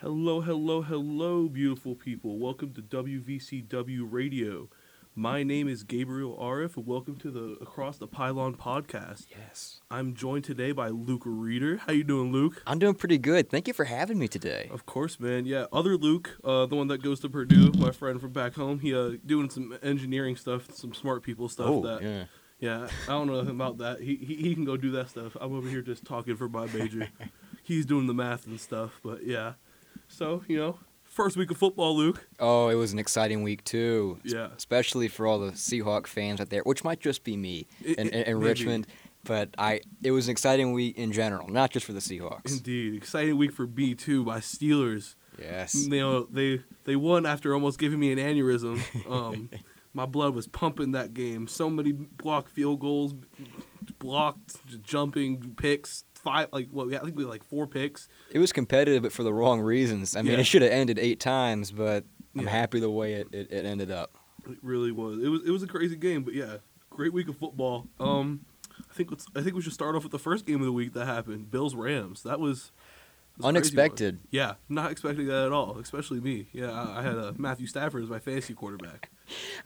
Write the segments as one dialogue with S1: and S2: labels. S1: Hello, hello, hello, beautiful people. Welcome to WVCW Radio. My name is Gabriel Arif, and welcome to the Across the Pylon podcast.
S2: Yes.
S1: I'm joined today by Luke Reeder. How you doing, Luke?
S2: I'm doing pretty good. Thank you for having me today.
S1: Of course, man. Yeah, other Luke, uh, the one that goes to Purdue, my friend from back home. He uh, doing some engineering stuff, some smart people stuff. that
S2: Oh, yeah.
S1: Yeah, I don't know nothing about that. He, he he can go do that stuff. I'm over here just talking for my major. He's doing the math and stuff, but yeah. So, you know, first week of football, Luke.
S2: Oh, it was an exciting week too. S-
S1: Yeah.
S2: Especially for all the Seahawk fans out there, which might just be me
S1: It-
S2: in, in,
S1: it
S2: in
S1: may be.
S2: Richmond, but I it was an exciting week in general, not just for the Seahawks.
S1: Indeed. Exciting week for B2 by Steelers.
S2: Yes.
S1: You know, they they won after almost giving me an aneurysm. Um, my blood was pumping that game. So many blocked field goals, blocked j- jumping picks, five like what we I think we had like four picks.
S2: It was competitive, but for the wrong reasons. I mean,
S1: Yeah.
S2: it should have ended eight times, but I'm
S1: Yeah.
S2: happy the way it, it, it ended up.
S1: It really was. It was it was a crazy game, but yeah, great week of football. Um, I think let's, I think we should start off with the first game of the week that happened. Bills Rams. That was that was a crazy one.
S2: Unexpected.
S1: Yeah, not expecting that at all, especially me. Yeah, I, I had uh, Matthew Stafford as my fantasy quarterback.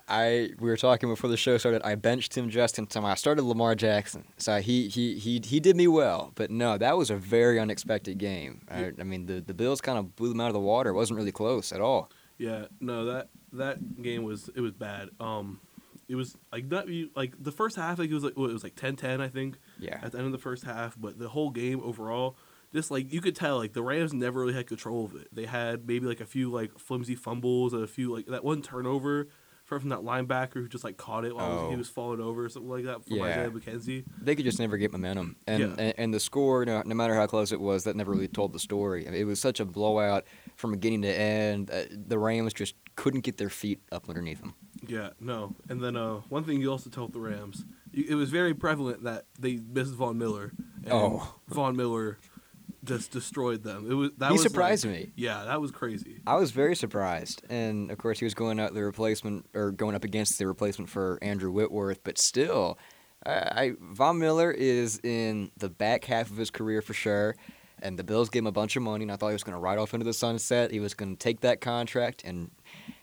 S2: I we were talking before the show started. I benched him just in time. I started Lamar Jackson, so he he he he did me well. But no, that was a very unexpected game. I, I mean, the the Bills kind of blew them out of the water. It wasn't really close at all.
S1: Yeah, no that that game was it was bad. Um, it was like that you- like the first half like it was like well, it was like 10-10, I think.
S2: Yeah.
S1: At the end of the first half, but the whole game overall, just like you could tell, like the Rams never really had control of it. They had maybe like a few like flimsy fumbles and a few like that one turnover from from that linebacker who just like caught it while
S2: Oh.
S1: he was falling over or something like that from
S2: Yeah.
S1: Isaiah McKenzie.
S2: They could just never get momentum, and
S1: Yeah.
S2: and, and the score, no, no matter how close it was, that never really told the story. I mean, it was such a blowout from beginning to end. Uh, the Rams just couldn't get their feet up underneath them.
S1: Yeah, no. And then uh, one thing you also tell with the Rams, you, it was very prevalent that they missed Von Miller. And
S2: Oh.
S1: Von Miller just destroyed them. It was that
S2: He
S1: was
S2: surprised
S1: like-
S2: me.
S1: Yeah, that was crazy.
S2: I was very surprised, and of course he was going up the replacement or going up against the replacement for Andrew Whitworth, but still, I, I Von Miller is in the back half of his career for sure, and the Bills gave him a bunch of money, and I thought he was going to ride off into the sunset. He was going to take that contract and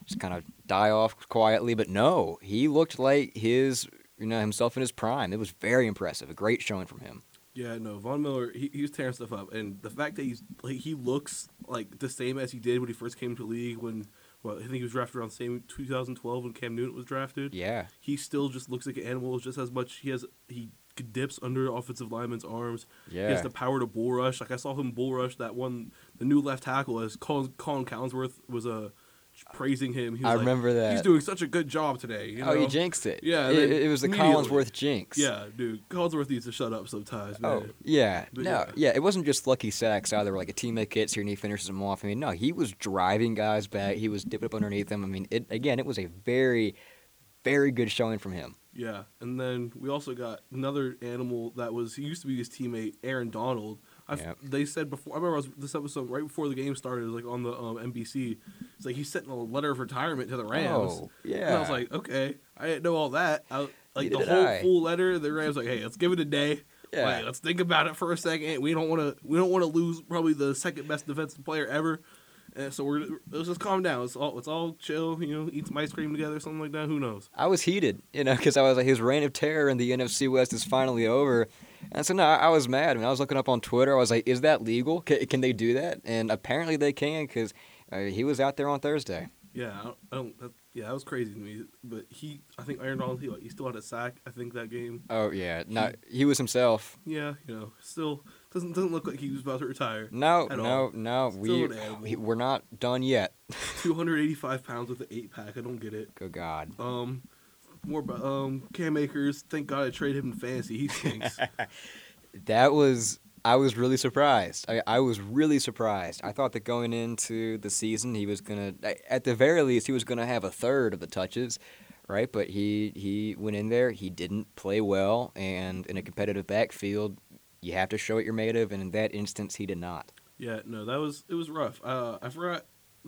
S2: just kind of die off quietly, but no, he looked like his you know himself in his prime. It was very impressive, a great showing from him.
S1: Yeah, no. Von Miller, he, he was tearing stuff up, and the fact that he's like he looks like the same as he did when he first came to the league. When well, I think he was drafted around the same 2012 when Cam Newton was drafted.
S2: Yeah,
S1: He still just looks like an animal, just as much. He has he dips under offensive linemen's arms. He
S2: Yeah.
S1: has the power to bull rush. Like I saw him bull rush that one, the new left tackle as Colin, Colin Collinsworth was uh, praising him. He was
S2: I
S1: like,
S2: remember that.
S1: He's doing such a good job today. You know?
S2: oh, you jinxed it.
S1: Yeah,
S2: it,
S1: then
S2: it was the
S1: immediately-
S2: Collinsworth jinx.
S1: Yeah, dude, Collinsworth needs to shut up sometimes, man.
S2: Oh yeah,
S1: But
S2: no,
S1: yeah.
S2: yeah. It wasn't just lucky sacks either. Like a teammate gets here and he finishes them off. I mean, no, he was driving guys back. He was dipping up underneath them. I mean, it again, it was a very, very good showing from him.
S1: Yeah, and then we also got another animal that was he used to be his teammate, Aaron Donald. I
S2: Yep.
S1: They said before I remember I was, this episode right before the game started, it was like on the um, NBC. It's like he sent a letter of retirement to the Rams.
S2: Oh,
S1: and I was
S2: yeah.
S1: like, okay, I didn't know all that. I, like the
S2: Neither did
S1: whole
S2: I.
S1: full letter, the Rams like, hey, let's give it a day.
S2: Yeah.
S1: Like, let's think about it for a second. We don't want to. We don't want to lose probably the second best defensive player ever. And so we're let's just calm down. Let's all let's all chill. You know, eat some ice cream together, something like that. Who knows?
S2: I was heated, you know, because I was like, his reign of terror in the NFC West is finally over. And so, no, I, I was mad. I mean, I was looking up on Twitter. I was like, is that legal? Can, can they do that? And apparently they can because uh, he was out there on Thursday.
S1: Yeah, I don't. I don't that, yeah, that was crazy to me. But he, I think Aaron Donald, he, like, he still had a sack. I think that game.
S2: Oh, yeah. No,
S1: Hmm.
S2: he was himself.
S1: Yeah, you know, still doesn't doesn't look like he was about to retire.
S2: No,
S1: At
S2: no,
S1: all.
S2: no.
S1: Still
S2: We,
S1: an animal.
S2: we- we're not done yet.
S1: Two hundred eighty five pounds with an eight pack. I don't get it.
S2: Good God.
S1: Um, more about um Cam Akers. Thank God I traded him in fantasy. He stinks.
S2: That was I was really surprised. I, I was really surprised. I thought that going into the season he was gonna at the very least he was gonna have a third of the touches, right? But he he went in there, he didn't play well and in a competitive backfield you have to show what you're made of and in that instance he did not.
S1: yeah, no, that was it was rough. Uh, I forgot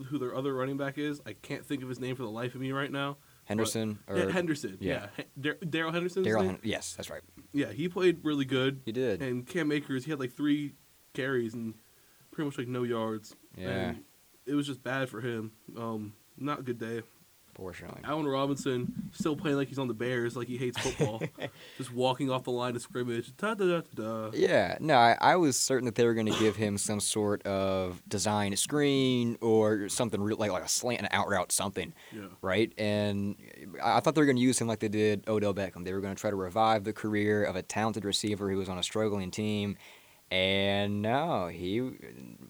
S1: who their other running back is. I can't think of his name for the life of me right now.
S2: Henderson
S1: Yeah,
S2: or
S1: Henderson. Yeah,
S2: yeah.
S1: Dar- Daryl Henderson.
S2: Daryl Hen- yes, that's right.
S1: Yeah, he played really good.
S2: He did.
S1: And Cam Akers, he had like three carries and pretty much like no yards.
S2: Yeah.
S1: And it was just bad for him. Um, not a good day.
S2: Poor Sean.
S1: Allen Robinson still playing like he's on the Bears, like he hates football, just walking off the line of scrimmage. Da da da da. da.
S2: Yeah, no, I, I was certain that they were going to give him some sort of design screen or something real, like like a slant, an out route, something,
S1: Yeah.
S2: right? And I I thought they were going to use him like they did Odell Beckham. They were going to try to revive the career of a talented receiver who was on a struggling team. And no, he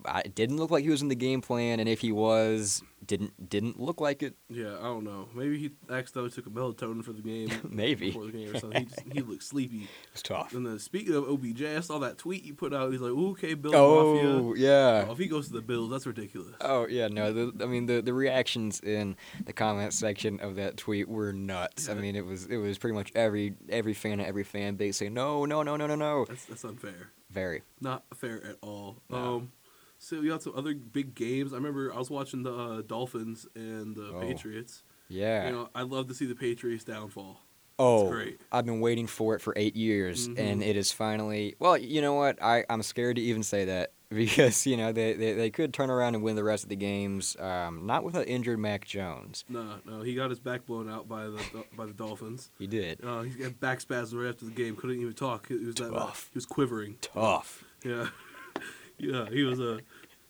S2: I, it didn't look like he was in the game plan, and if he was, didn't didn't look like it.
S1: Yeah, I don't know. Maybe he accidentally took a melatonin for the game.
S2: Maybe.
S1: Before the game or something. He, just, he looked sleepy.
S2: It's tough.
S1: And then speaking of OBJ, I saw that tweet you put out. He's like, Ooh, okay, Bills Mafia.
S2: Oh
S1: Oh,
S2: yeah.
S1: if he goes to the Bills, that's ridiculous.
S2: Oh yeah, no. The, I mean, the, the reactions in the comment section of that tweet were nuts. I
S1: Yeah.
S2: mean, it was it was pretty much every every fan of every fan base saying no, no, no, no, no, no.
S1: That's that's unfair.
S2: Very.
S1: Not fair at all.
S2: No.
S1: Um, so we got some other big games. I remember I was watching the uh, Dolphins and the
S2: Oh.
S1: Patriots.
S2: Yeah.
S1: You know, I love to see the Patriots downfall.
S2: oh,
S1: great.
S2: I've been waiting for it for eight years,
S1: Mhm.
S2: and it is finally. Well, you know what? I I'm scared to even say that because you know they they, they could turn around and win the rest of the games. Um, not with an injured Mac Jones.
S1: No, no, he got his back blown out by the by the Dolphins.
S2: He did.
S1: Uh, he got back spasms right after the game. Couldn't even talk. He was that
S2: Tough.
S1: he was quivering.
S2: Tough.
S1: Yeah, yeah, he was uh,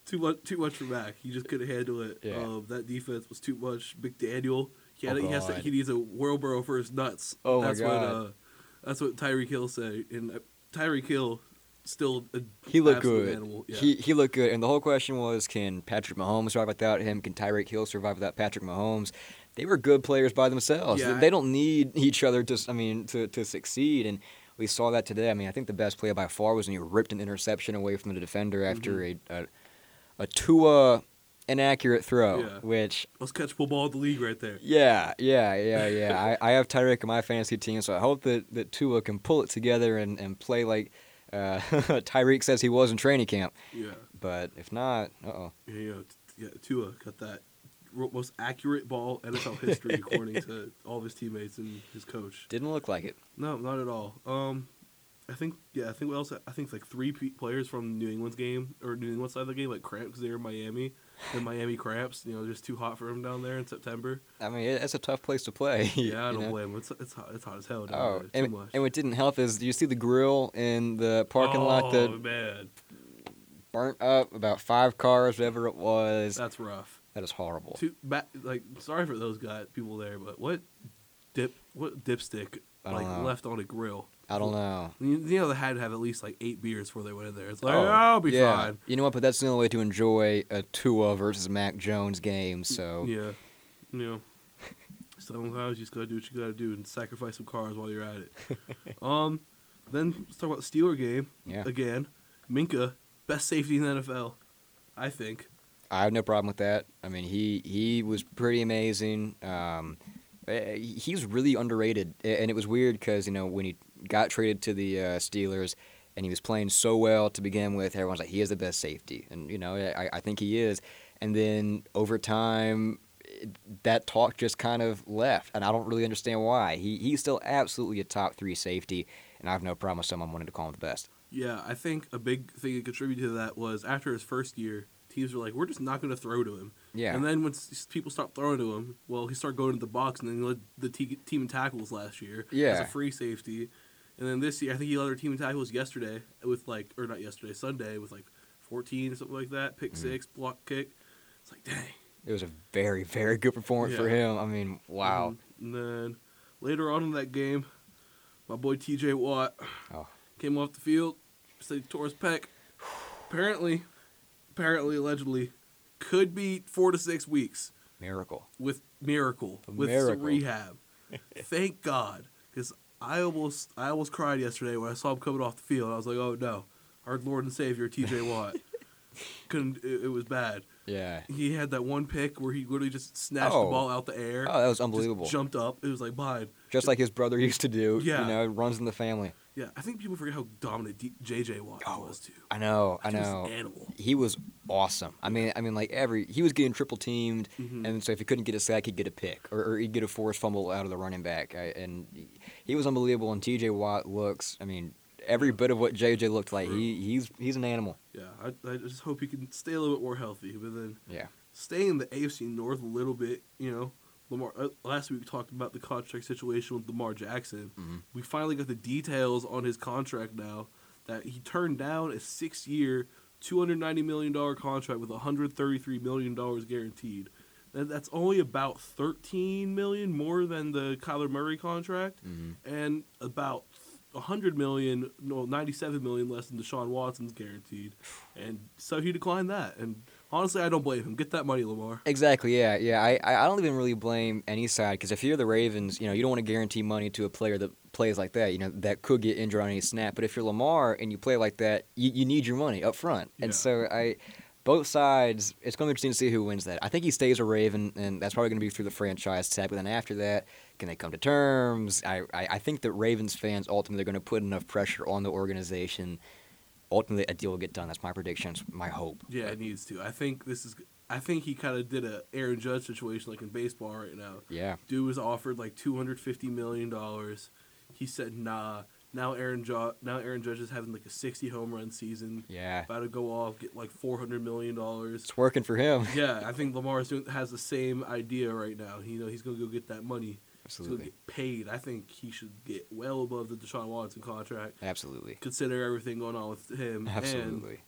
S1: too much too much for Mac. He just couldn't handle it.
S2: Yeah.
S1: Um, that defense was too much. Big Daniel. He, had,
S2: Oh,
S1: he has to,
S2: God.
S1: he needs a whirlburrow for his nuts.
S2: Oh, my
S1: that's What,
S2: God.
S1: uh, that's what Tyreek Hill said. And uh, Tyreek Hill still a
S2: He looked
S1: absolute
S2: good.
S1: Animal. Yeah.
S2: He he looked good, and the whole question was, can Patrick Mahomes survive without him? Can Tyreek Hill survive without Patrick Mahomes? They were good players by themselves.
S1: Yeah,
S2: They-
S1: I-
S2: they don't need each other to s- I mean to, to succeed, and we saw that today. I mean, I think the best play by far was when he ripped an interception away from the defender after
S1: Mm-hmm.
S2: a, a a Tua inaccurate throw,
S1: Yeah.
S2: which
S1: Most catchable ball in the league right there.
S2: yeah, yeah, yeah, yeah. I, I have Tyreek in my fantasy team, so I hope that, that Tua can pull it together and, and play like uh, Tyreek says he was in training camp.
S1: Yeah,
S2: But if not, uh oh.
S1: yeah, yeah. t- yeah Tua got that ro- most accurate ball NFL history according to all of his teammates and his coach.
S2: Didn't look like it.
S1: No, not at all. Um, I think yeah, I think what else? I think like three pe- players from New England's game or New England side of the game like cramped because they were in Miami, and Miami cramps. You know, just too hot for them down there in September.
S2: I mean, it, it's a tough place to play. you
S1: Yeah, I don't
S2: know?
S1: blame 'em. It's it's hot. It's hot as hell. Down
S2: Oh,
S1: there. Too
S2: and,
S1: much.
S2: and what didn't help is do you see the grill in the parking lot
S1: Oh
S2: that
S1: man,
S2: burnt up about five cars, whatever it was?
S1: that's rough.
S2: that is horrible.
S1: Too ba- like sorry for those guys people there, but what dip what dipstick
S2: I
S1: like
S2: don't know.
S1: left on a grill?
S2: I don't know.
S1: You, you know they had to have at least like eight beers before they went in there. It's like
S2: Oh,
S1: I'll be
S2: yeah.
S1: fine.
S2: You know what? But that's the only way to enjoy a Tua versus Mac Jones game. So
S1: Yeah. Yeah. Sometimes you just gotta do what you gotta do and sacrifice some cars while you're at it. um, then let's talk about the Steeler game
S2: Yeah.
S1: again. Minka, best safety in the NFL, I think.
S2: I have no problem with that. I mean, he he was pretty amazing. Um, eh, he's really underrated, A- and it was weird because you know when he got traded to the uh, Steelers, and he was playing so well to begin with, everyone's like, he is the best safety, and you know I, I think he is. And then over time, it- that talk just kind of left, and I don't really understand why. He he's still absolutely a top three safety, and I have no problem with someone wanting to call him the best.
S1: Yeah, I think a big thing that contributed to that was after his first year, teams were like, we're just not gonna throw to him.
S2: Yeah.
S1: And then when s- people stopped throwing to him, well, he started going to the box and then he led the te- team in tackles last year as a
S2: Yeah.
S1: free safety. And then this year, I think he led our team in tackles yesterday with like, or not yesterday, Sunday with like 14 or something like that, pick
S2: Mm-hmm.
S1: six, block kick. It's like, dang.
S2: It was a very very good performance for
S1: Yeah.
S2: him. I mean, wow.
S1: And then later on in that game, my boy TJ Watt
S2: Oh.
S1: came off the field, said he tore his pec. Apparently, apparently, allegedly, could be four to six weeks.
S2: Miracle.
S1: with miracle
S2: A
S1: with
S2: miracle.
S1: rehab. Thank God, because I almost I almost cried yesterday when I saw him coming off the field. I was like, oh no, our Lord and Savior T.J. Watt. Couldn't. It, it was bad.
S2: Yeah.
S1: He had that one pick where he literally just snatched the
S2: Oh.
S1: ball out the air.
S2: Oh, that was
S1: just
S2: unbelievable. Just,
S1: jumped up. It was like mine.
S2: like his brother used to do.
S1: Yeah.
S2: You know, it runs in the family.
S1: Yeah, I think people forget how dominant D- J.J. Watt
S2: Oh,
S1: was too.
S2: I know. I
S1: He was an
S2: know.
S1: animal.
S2: He was awesome. I mean, I mean, like every he was getting triple teamed,
S1: Mhm.
S2: and so if he couldn't get a sack, he'd get a pick, or, or he'd get a forced fumble out of the running back, I, and he- he was unbelievable. And T.J. Watt looks. I mean, every bit of what J.J. looked like. He he's he's an animal.
S1: Yeah, I, I just hope he can stay a little bit more healthy. But then
S2: Yeah.
S1: stay in the AFC North a little bit. You know, Lamar. Uh, last week we talked about the contract situation with Lamar Jackson.
S2: Mhm.
S1: We finally got the details on his contract now that he turned down a six-year, two hundred ninety million dollar contract with one hundred thirty-three million dollars guaranteed. That, that's only about thirteen million more than the Kyler Murray contract,
S2: Mhm.
S1: and about. 100 million, no, 97 million less than Deshaun Watson's guaranteed. And so he declined that. And honestly, I don't blame him. Get that money, Lamar.
S2: Exactly. Yeah. Yeah. I, I I don't even really blame any side because if you're the Ravens, you know you don't want to guarantee money to a player that plays like that. You know that could get injured on any snap. But if you're Lamar and you play like that, you, you need your money up front.
S1: Yeah.
S2: And so I, both sides, it's going to be interesting to see who wins that. I think he stays a Raven, and that's probably going to be through the franchise tag. But then after that, can they come to terms? I I, I think that Ravens fans ultimately are going to put enough pressure on the organization. Ultimately, a deal will get done. That's my prediction. It's my hope.
S1: Yeah, it needs to. I think this is. I think he kind of did a Aaron Judge situation like in baseball right now.
S2: Yeah.
S1: Dude was offered like two hundred fifty million dollars. He said nah. Now Aaron Judge. Now Aaron Judge is having like a sixty home run season.
S2: Yeah.
S1: About to go off, get like four hundred million dollars.
S2: It's working for him.
S1: Yeah, I think Lamar's doing has the same idea right now. You know, he's gonna go get that money. He's gonna
S2: Absolutely.
S1: get paid. I think he should get well above the Deshaun Watson contract.
S2: Absolutely.
S1: Consider everything going on with him. and-
S2: Absolutely.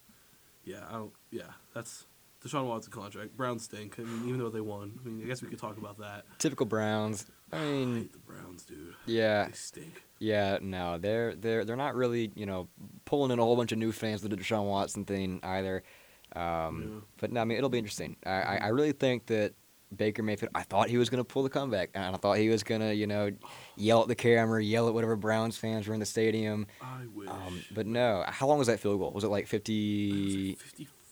S1: Yeah, I don't. Yeah, that's Deshaun Watson contract. Browns stink. I mean, even though they won, I mean, I guess we could talk about that.
S2: Typical Browns. I
S1: I
S2: mean,
S1: hate the Browns, dude.
S2: yeah,
S1: They stink.
S2: yeah, no, they're they're they're not really you know pulling in a whole bunch of new fans with the Deshaun Watson thing either. Um,
S1: Yeah. Mm-hmm.
S2: But no, I mean it'll be interesting. I, I, I really think that Baker Mayfield. I thought he was gonna pull the comeback, and I thought he was gonna you know yell at the camera, yell at whatever Browns fans were in the stadium.
S1: I wish.
S2: Um, but no, how long was that field goal? Was it like fifty?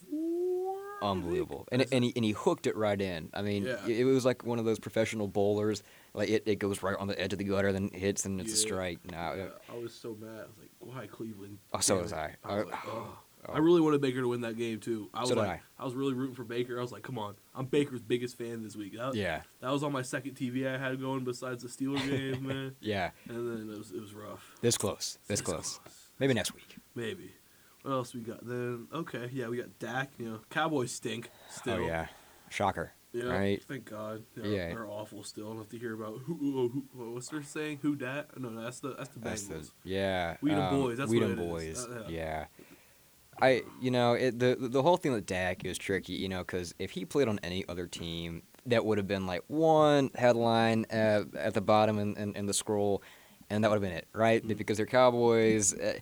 S1: Fifty-four.
S2: unbelievable. And, and, he, and he hooked it right in. I mean,
S1: Yeah.
S2: it, it was like one of those professional bowlers. Like it, it goes right on the edge of the gutter, then hits, and it's a
S1: Yeah.
S2: strike. uh, No,
S1: Yeah,
S2: I-
S1: I was so mad. I was like, "Why Cleveland?"
S2: Oh, so
S1: Damn
S2: was
S1: it.
S2: I.
S1: I was
S2: I-
S1: like, oh.
S2: oh.
S1: I really wanted Baker to win that game too. I was
S2: So did
S1: like,
S2: I.
S1: was really rooting for Baker. I was like, "Come on, I'm Baker's biggest fan this week." That,
S2: yeah,
S1: that was on my second TV I had going besides the Steelers game, man.
S2: yeah.
S1: And then it was it was rough.
S2: This close. This close. Maybe next week.
S1: Maybe. What else we got then? Okay, yeah, we got Dak. You know, Cowboys stink still.
S2: Oh yeah, shocker.
S1: Yeah,
S2: Right.
S1: Thank God. You know,
S2: Yeah.
S1: They're awful still. I don't have to hear about who. who, who- who- what's their saying? Who dat? No, no, that's the that's the Bengals.
S2: That's the yeah.
S1: We the boys, that's
S2: we
S1: what
S2: the
S1: it is.
S2: boys.
S1: Uh,
S2: yeah. I you know it, the the whole thing with Dak is tricky. You know because if he played on any other team, that would have been like one headline uh, at the bottom in, in, in the scroll, and that would have been it, right?
S1: Mhm.
S2: Because they're Cowboys. Uh,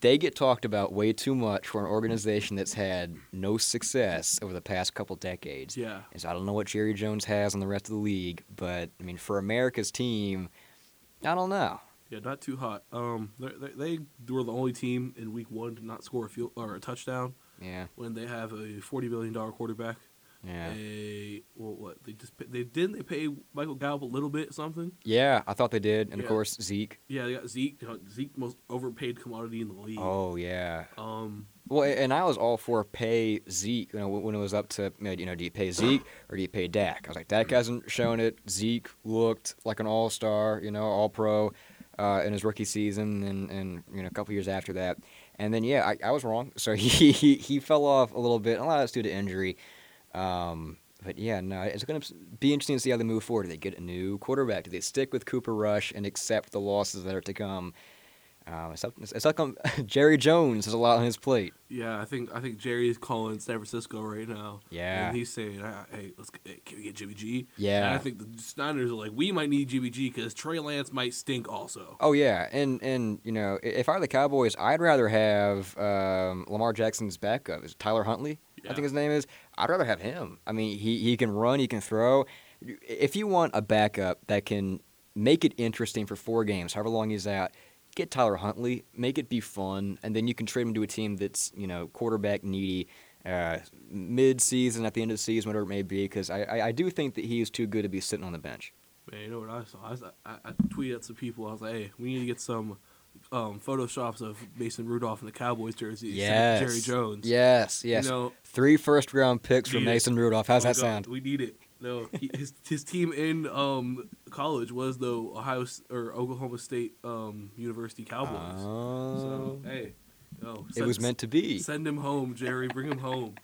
S2: they get talked about way too much for an organization that's had no success over the past couple decades.
S1: yeah.
S2: And so I don't know what Jerry Jones has on the rest of the league, but I mean, for America's team, I don't know.
S1: Yeah, not too hot. Um, they they they were the only team in week one to not score a field or a touchdown
S2: Yeah,
S1: when they have a forty million dollar quarterback.
S2: yeah,
S1: They well, what they just pa- they didn't they pay Michael Gallup a little bit something.
S2: yeah. I thought they did, and
S1: Yeah.
S2: of course Zeke.
S1: Yeah, they got Zeke. you know, Zeke most overpaid commodity in the league.
S2: Oh yeah.
S1: Um,
S2: Well, a- and I was all for pay Zeke. You know, when when it was up to you know, do you pay Zeke or do you pay Dak? I was like, Dak hasn't shown it. Zeke looked like an all star, you know, all pro, uh, in his rookie season, and and you know, a couple years after that. And then yeah, I, I was wrong. So he, he he fell off a little bit. A lot of it's due to injury. Um, but yeah, no, it's going to be interesting to see how they move forward. Do they get a new quarterback? Do they stick with Cooper Rush and accept the losses that are to come? Um, it's up, it's it's up on- Jerry Jones has a lot on his plate.
S1: Yeah, I think I think Jerry's calling San Francisco right now.
S2: Yeah.
S1: and he's saying, "Ah, "Hey, let's g- hey, can we get Jimmy G?"
S2: Yeah.
S1: and I think the Snyder's are like, "We might need Jimmy G because Trey Lance might stink also."
S2: Oh yeah, and and you know, i- if I were the Cowboys, I'd rather have um, Lamar Jackson's backup is it Tyler Huntley. I
S1: Yeah.
S2: think his name is. I'd rather have him. I mean, he he can run, he can throw. If you want a backup that can make it interesting for four games, however long he's out, get Tyler Huntley, make it be fun, and then you can trade him to a team that's you know quarterback needy. Uh, mid-season, at the end of the season, whatever it may be, because I, I, I do think that he is too good to be sitting on the bench.
S1: Man, you know what I saw? I, was, I, I tweeted at some people. I was like, "Hey, we need to get some um, photoshops of Mason Rudolph in the Cowboys jersey."
S2: Yes.
S1: Jerry Jones.
S2: Yes, yes.
S1: you know,
S2: Three first round picks for
S1: Need it.
S2: Mason Rudolph. How's
S1: oh my
S2: that
S1: God,
S2: sound?
S1: We need it. No, he, his his team in um, college was the Ohio S- or Oklahoma State um, University Cowboys. So
S2: Oh.
S1: hey, no,
S2: it was meant to be.
S1: Send him home, Jerry. Bring him home.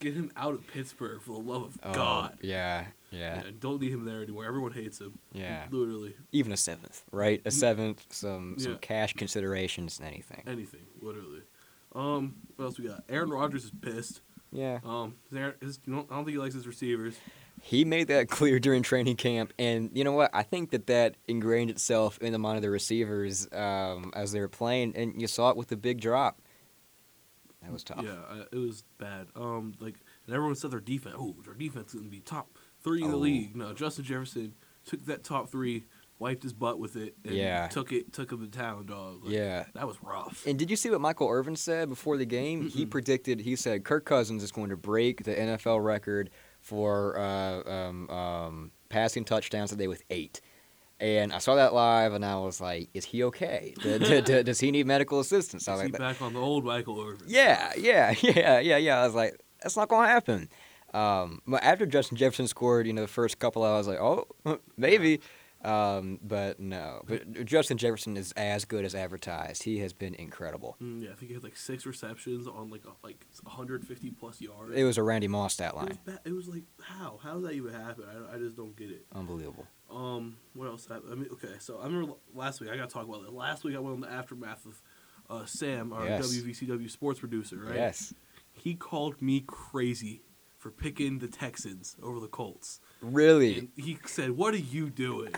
S1: Get him out of Pittsburgh for the love of
S2: Oh,
S1: God.
S2: Yeah, yeah,
S1: I don't need him there anymore. Everyone hates him.
S2: yeah.
S1: Literally.
S2: Even a seventh, right? A seventh, some some
S1: Mm. Yeah.
S2: cash considerations and anything.
S1: Anything. Literally. Um, what else we got? Aaron Rodgers is pissed.
S2: Yeah.
S1: Um, his, Aaron- his, you don't- I don't think he likes his receivers.
S2: He made that clear during training camp, and you know what? I think that that ingrained itself in the mind of the receivers um, as they were playing, and you saw it with the big drop. That was tough.
S1: Yeah, I, it was bad. Um, like, and everyone said their defense. Oh, their defense is gonna be top three in the
S2: Oh.
S1: league. No, Justin Jefferson took that top three, wiped his butt with it, and
S2: Yeah.
S1: took it, took him to town, dog. Like,
S2: Yeah.
S1: that was rough.
S2: And did you see what Michael Irvin said before the game? He predicted. He said Kirk Cousins is going to break the NFL record for uh, um, um, passing touchdowns today with eight. And I saw that live, and I was like, "Is he okay? D- d- d- does he need medical assistance?" I was
S1: See,
S2: like, that-
S1: back on the old Michael Irvin.
S2: Yeah, yeah, yeah, yeah, yeah. I was like, that's not gonna happen. Um, but after Justin Jefferson scored, you know, the first couple, I was like, oh, maybe. Um, but no, but Justin Jefferson is as good as advertised. He has been incredible.
S1: Mm, yeah, I think he had like six receptions on like a, like 150 plus yards.
S2: It was a Randy Moss stat
S1: It was,
S2: line,
S1: ba- it was like how how did that even happen? I, I just don't get it.
S2: unbelievable.
S1: Um, what else happened? I mean, okay, so I remember l- last week I got to talk about this. Last week I went on the aftermath of uh, Sam, our
S2: Yes.
S1: WVCW sports producer, right?
S2: Yes,
S1: He called me crazy for picking the Texans over the Colts.
S2: really.
S1: And he said, "What are you doing?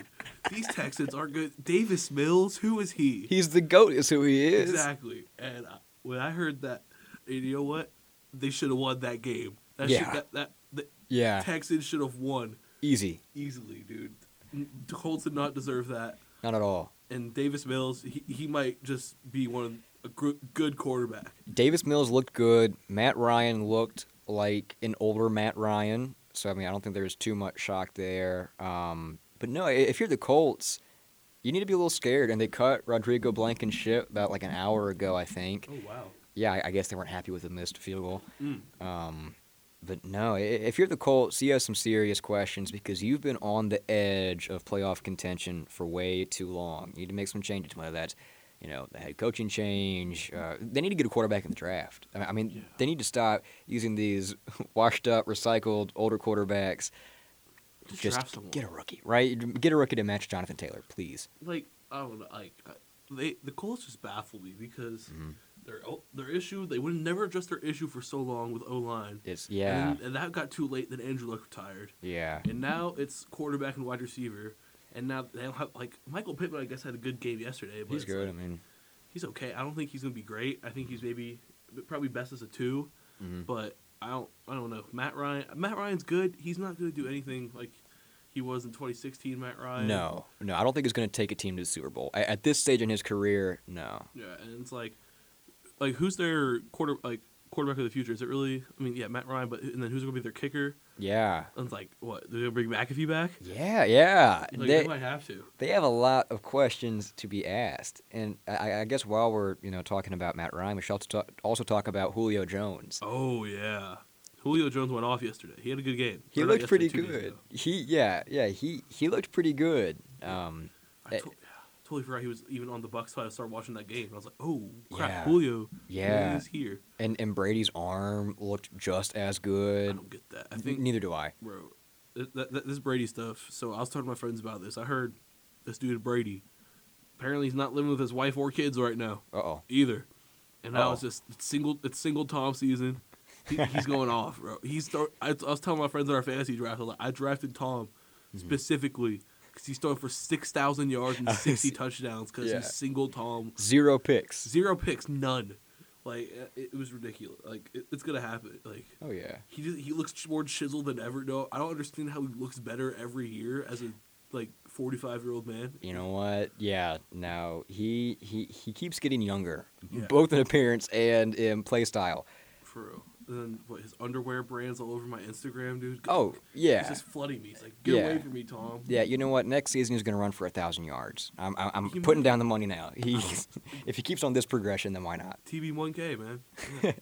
S1: These Texans are good. Davis Mills, who is he?
S2: He's the goat, is who he is.
S1: Exactly. And I, when I heard that, and you know what? They should have won that game. That
S2: Yeah.
S1: should, that, that the
S2: Yeah,
S1: Texans should have won
S2: easy.
S1: easily, dude. The Colts did not deserve that.
S2: Not at all.
S1: And Davis Mills, he, he might just be one of a gr- good quarterback.
S2: Davis Mills looked good. Matt Ryan looked like an older Matt Ryan. So I mean, I don't think there's too much shock there. Um, but no, i- if you're the Colts, you need to be a little scared. And they cut Rodrigo Blankenship about like an hour ago, I think.
S1: Oh wow.
S2: Yeah, I- I guess they weren't happy with the missed field goal.
S1: Mm.
S2: Um, but no, i- if you're the Colts, you have some serious questions because you've been on the edge of playoff contention for way too long. You need to make some changes, whether that's you know the head coaching change. Uh, they need to get a quarterback in the draft. I mean, I mean
S1: Yeah.
S2: they need to stop using these washed up, recycled older quarterbacks.
S1: Just draft
S2: Just
S1: someone.
S2: get a rookie, right? Get a rookie to match Jonathan Taylor, please.
S1: Like I don't know. Like I- they the Colts just baffle me because their o their issue they would never address their issue for so long with O line.
S2: It's yeah,
S1: And, then- and that got too late. Then Andrew Luck retired.
S2: yeah,
S1: and now it's quarterback and wide receiver. And now they don't have like Michael Pittman. I guess had a good game yesterday, but
S2: he's
S1: it's
S2: good. I
S1: like,
S2: mean,
S1: he's okay. I don't think he's gonna be great. I think he's maybe probably best as a 2
S2: Mhm.
S1: but I don't. I don't know. Matt Ryan. Matt Ryan's good. He's not gonna do anything like he was in 2016. Matt Ryan.
S2: No, no, I don't think he's going to take a team to the Super Bowl A- at this stage in his career. No,
S1: Yeah, and it's like, like who's their quarter like quarterback of the future? Is it really? I mean, yeah, Matt Ryan, but and then who's gonna be their kicker?
S2: yeah,
S1: And it's like, what? They're gonna bring McAfee back?
S2: yeah, yeah.
S1: Like,
S2: they,
S1: they might have to.
S2: they have a lot of questions to be asked, and I, I guess while we're you know talking about Matt Ryan, we should also talk, also talk about Julio Jones.
S1: Oh yeah, Julio Jones went off yesterday. He had a good game.
S2: He
S1: Or not
S2: looked pretty
S1: yesterday, two days
S2: good.
S1: ago.
S2: He yeah yeah he he looked pretty good. Um,
S1: I
S2: Eh.
S1: to- totally forgot he was even on the Bucks side. I started watching that game. and I was like, oh crap,
S2: Yeah.
S1: Julio.
S2: Yeah.
S1: he's here.
S2: and and Brady's arm looked just as
S1: I
S2: good.
S1: don't get that. I think
S2: Neither do I.
S1: bro, th- th- th- this Brady stuff. So I was talking to my friends about this. I heard this dude Brady. Apparently, he's not living with his wife or kids right now
S2: Uh oh.
S1: either. And I was
S2: Oh.
S1: just it's single. It's single Tom season. He, he's going off, bro. He's. Start, I, I was telling my friends in our fantasy draft. I, was like, I drafted Tom
S2: Mm-hmm.
S1: specifically because he's throwing for six thousand yards and sixty touchdowns because
S2: Oh, Yeah.
S1: he's single Tom.
S2: Zero picks.
S1: Zero picks, none. Like uh, it, it was ridiculous. Like it, it's gonna happen. Like
S2: Oh yeah.
S1: he just, he looks more chiseled than ever. No, I don't understand how he looks better every year as a like forty five year old man.
S2: You know what? Yeah. No, he he he keeps getting younger,
S1: Yeah.
S2: both in appearance and in play style.
S1: For real. And then what his underwear brands all over my Instagram, dude.
S2: Oh yeah,
S1: He's just flooding me. He's like, get
S2: Yeah.
S1: away from me, Tom.
S2: yeah. You know what? Next season he's gonna run for a thousand yards. I'm I'm, I'm
S1: He
S2: putting
S1: might.
S2: down the money now. He if he keeps on this progression, then why not?
S1: TB1K, man. Yeah.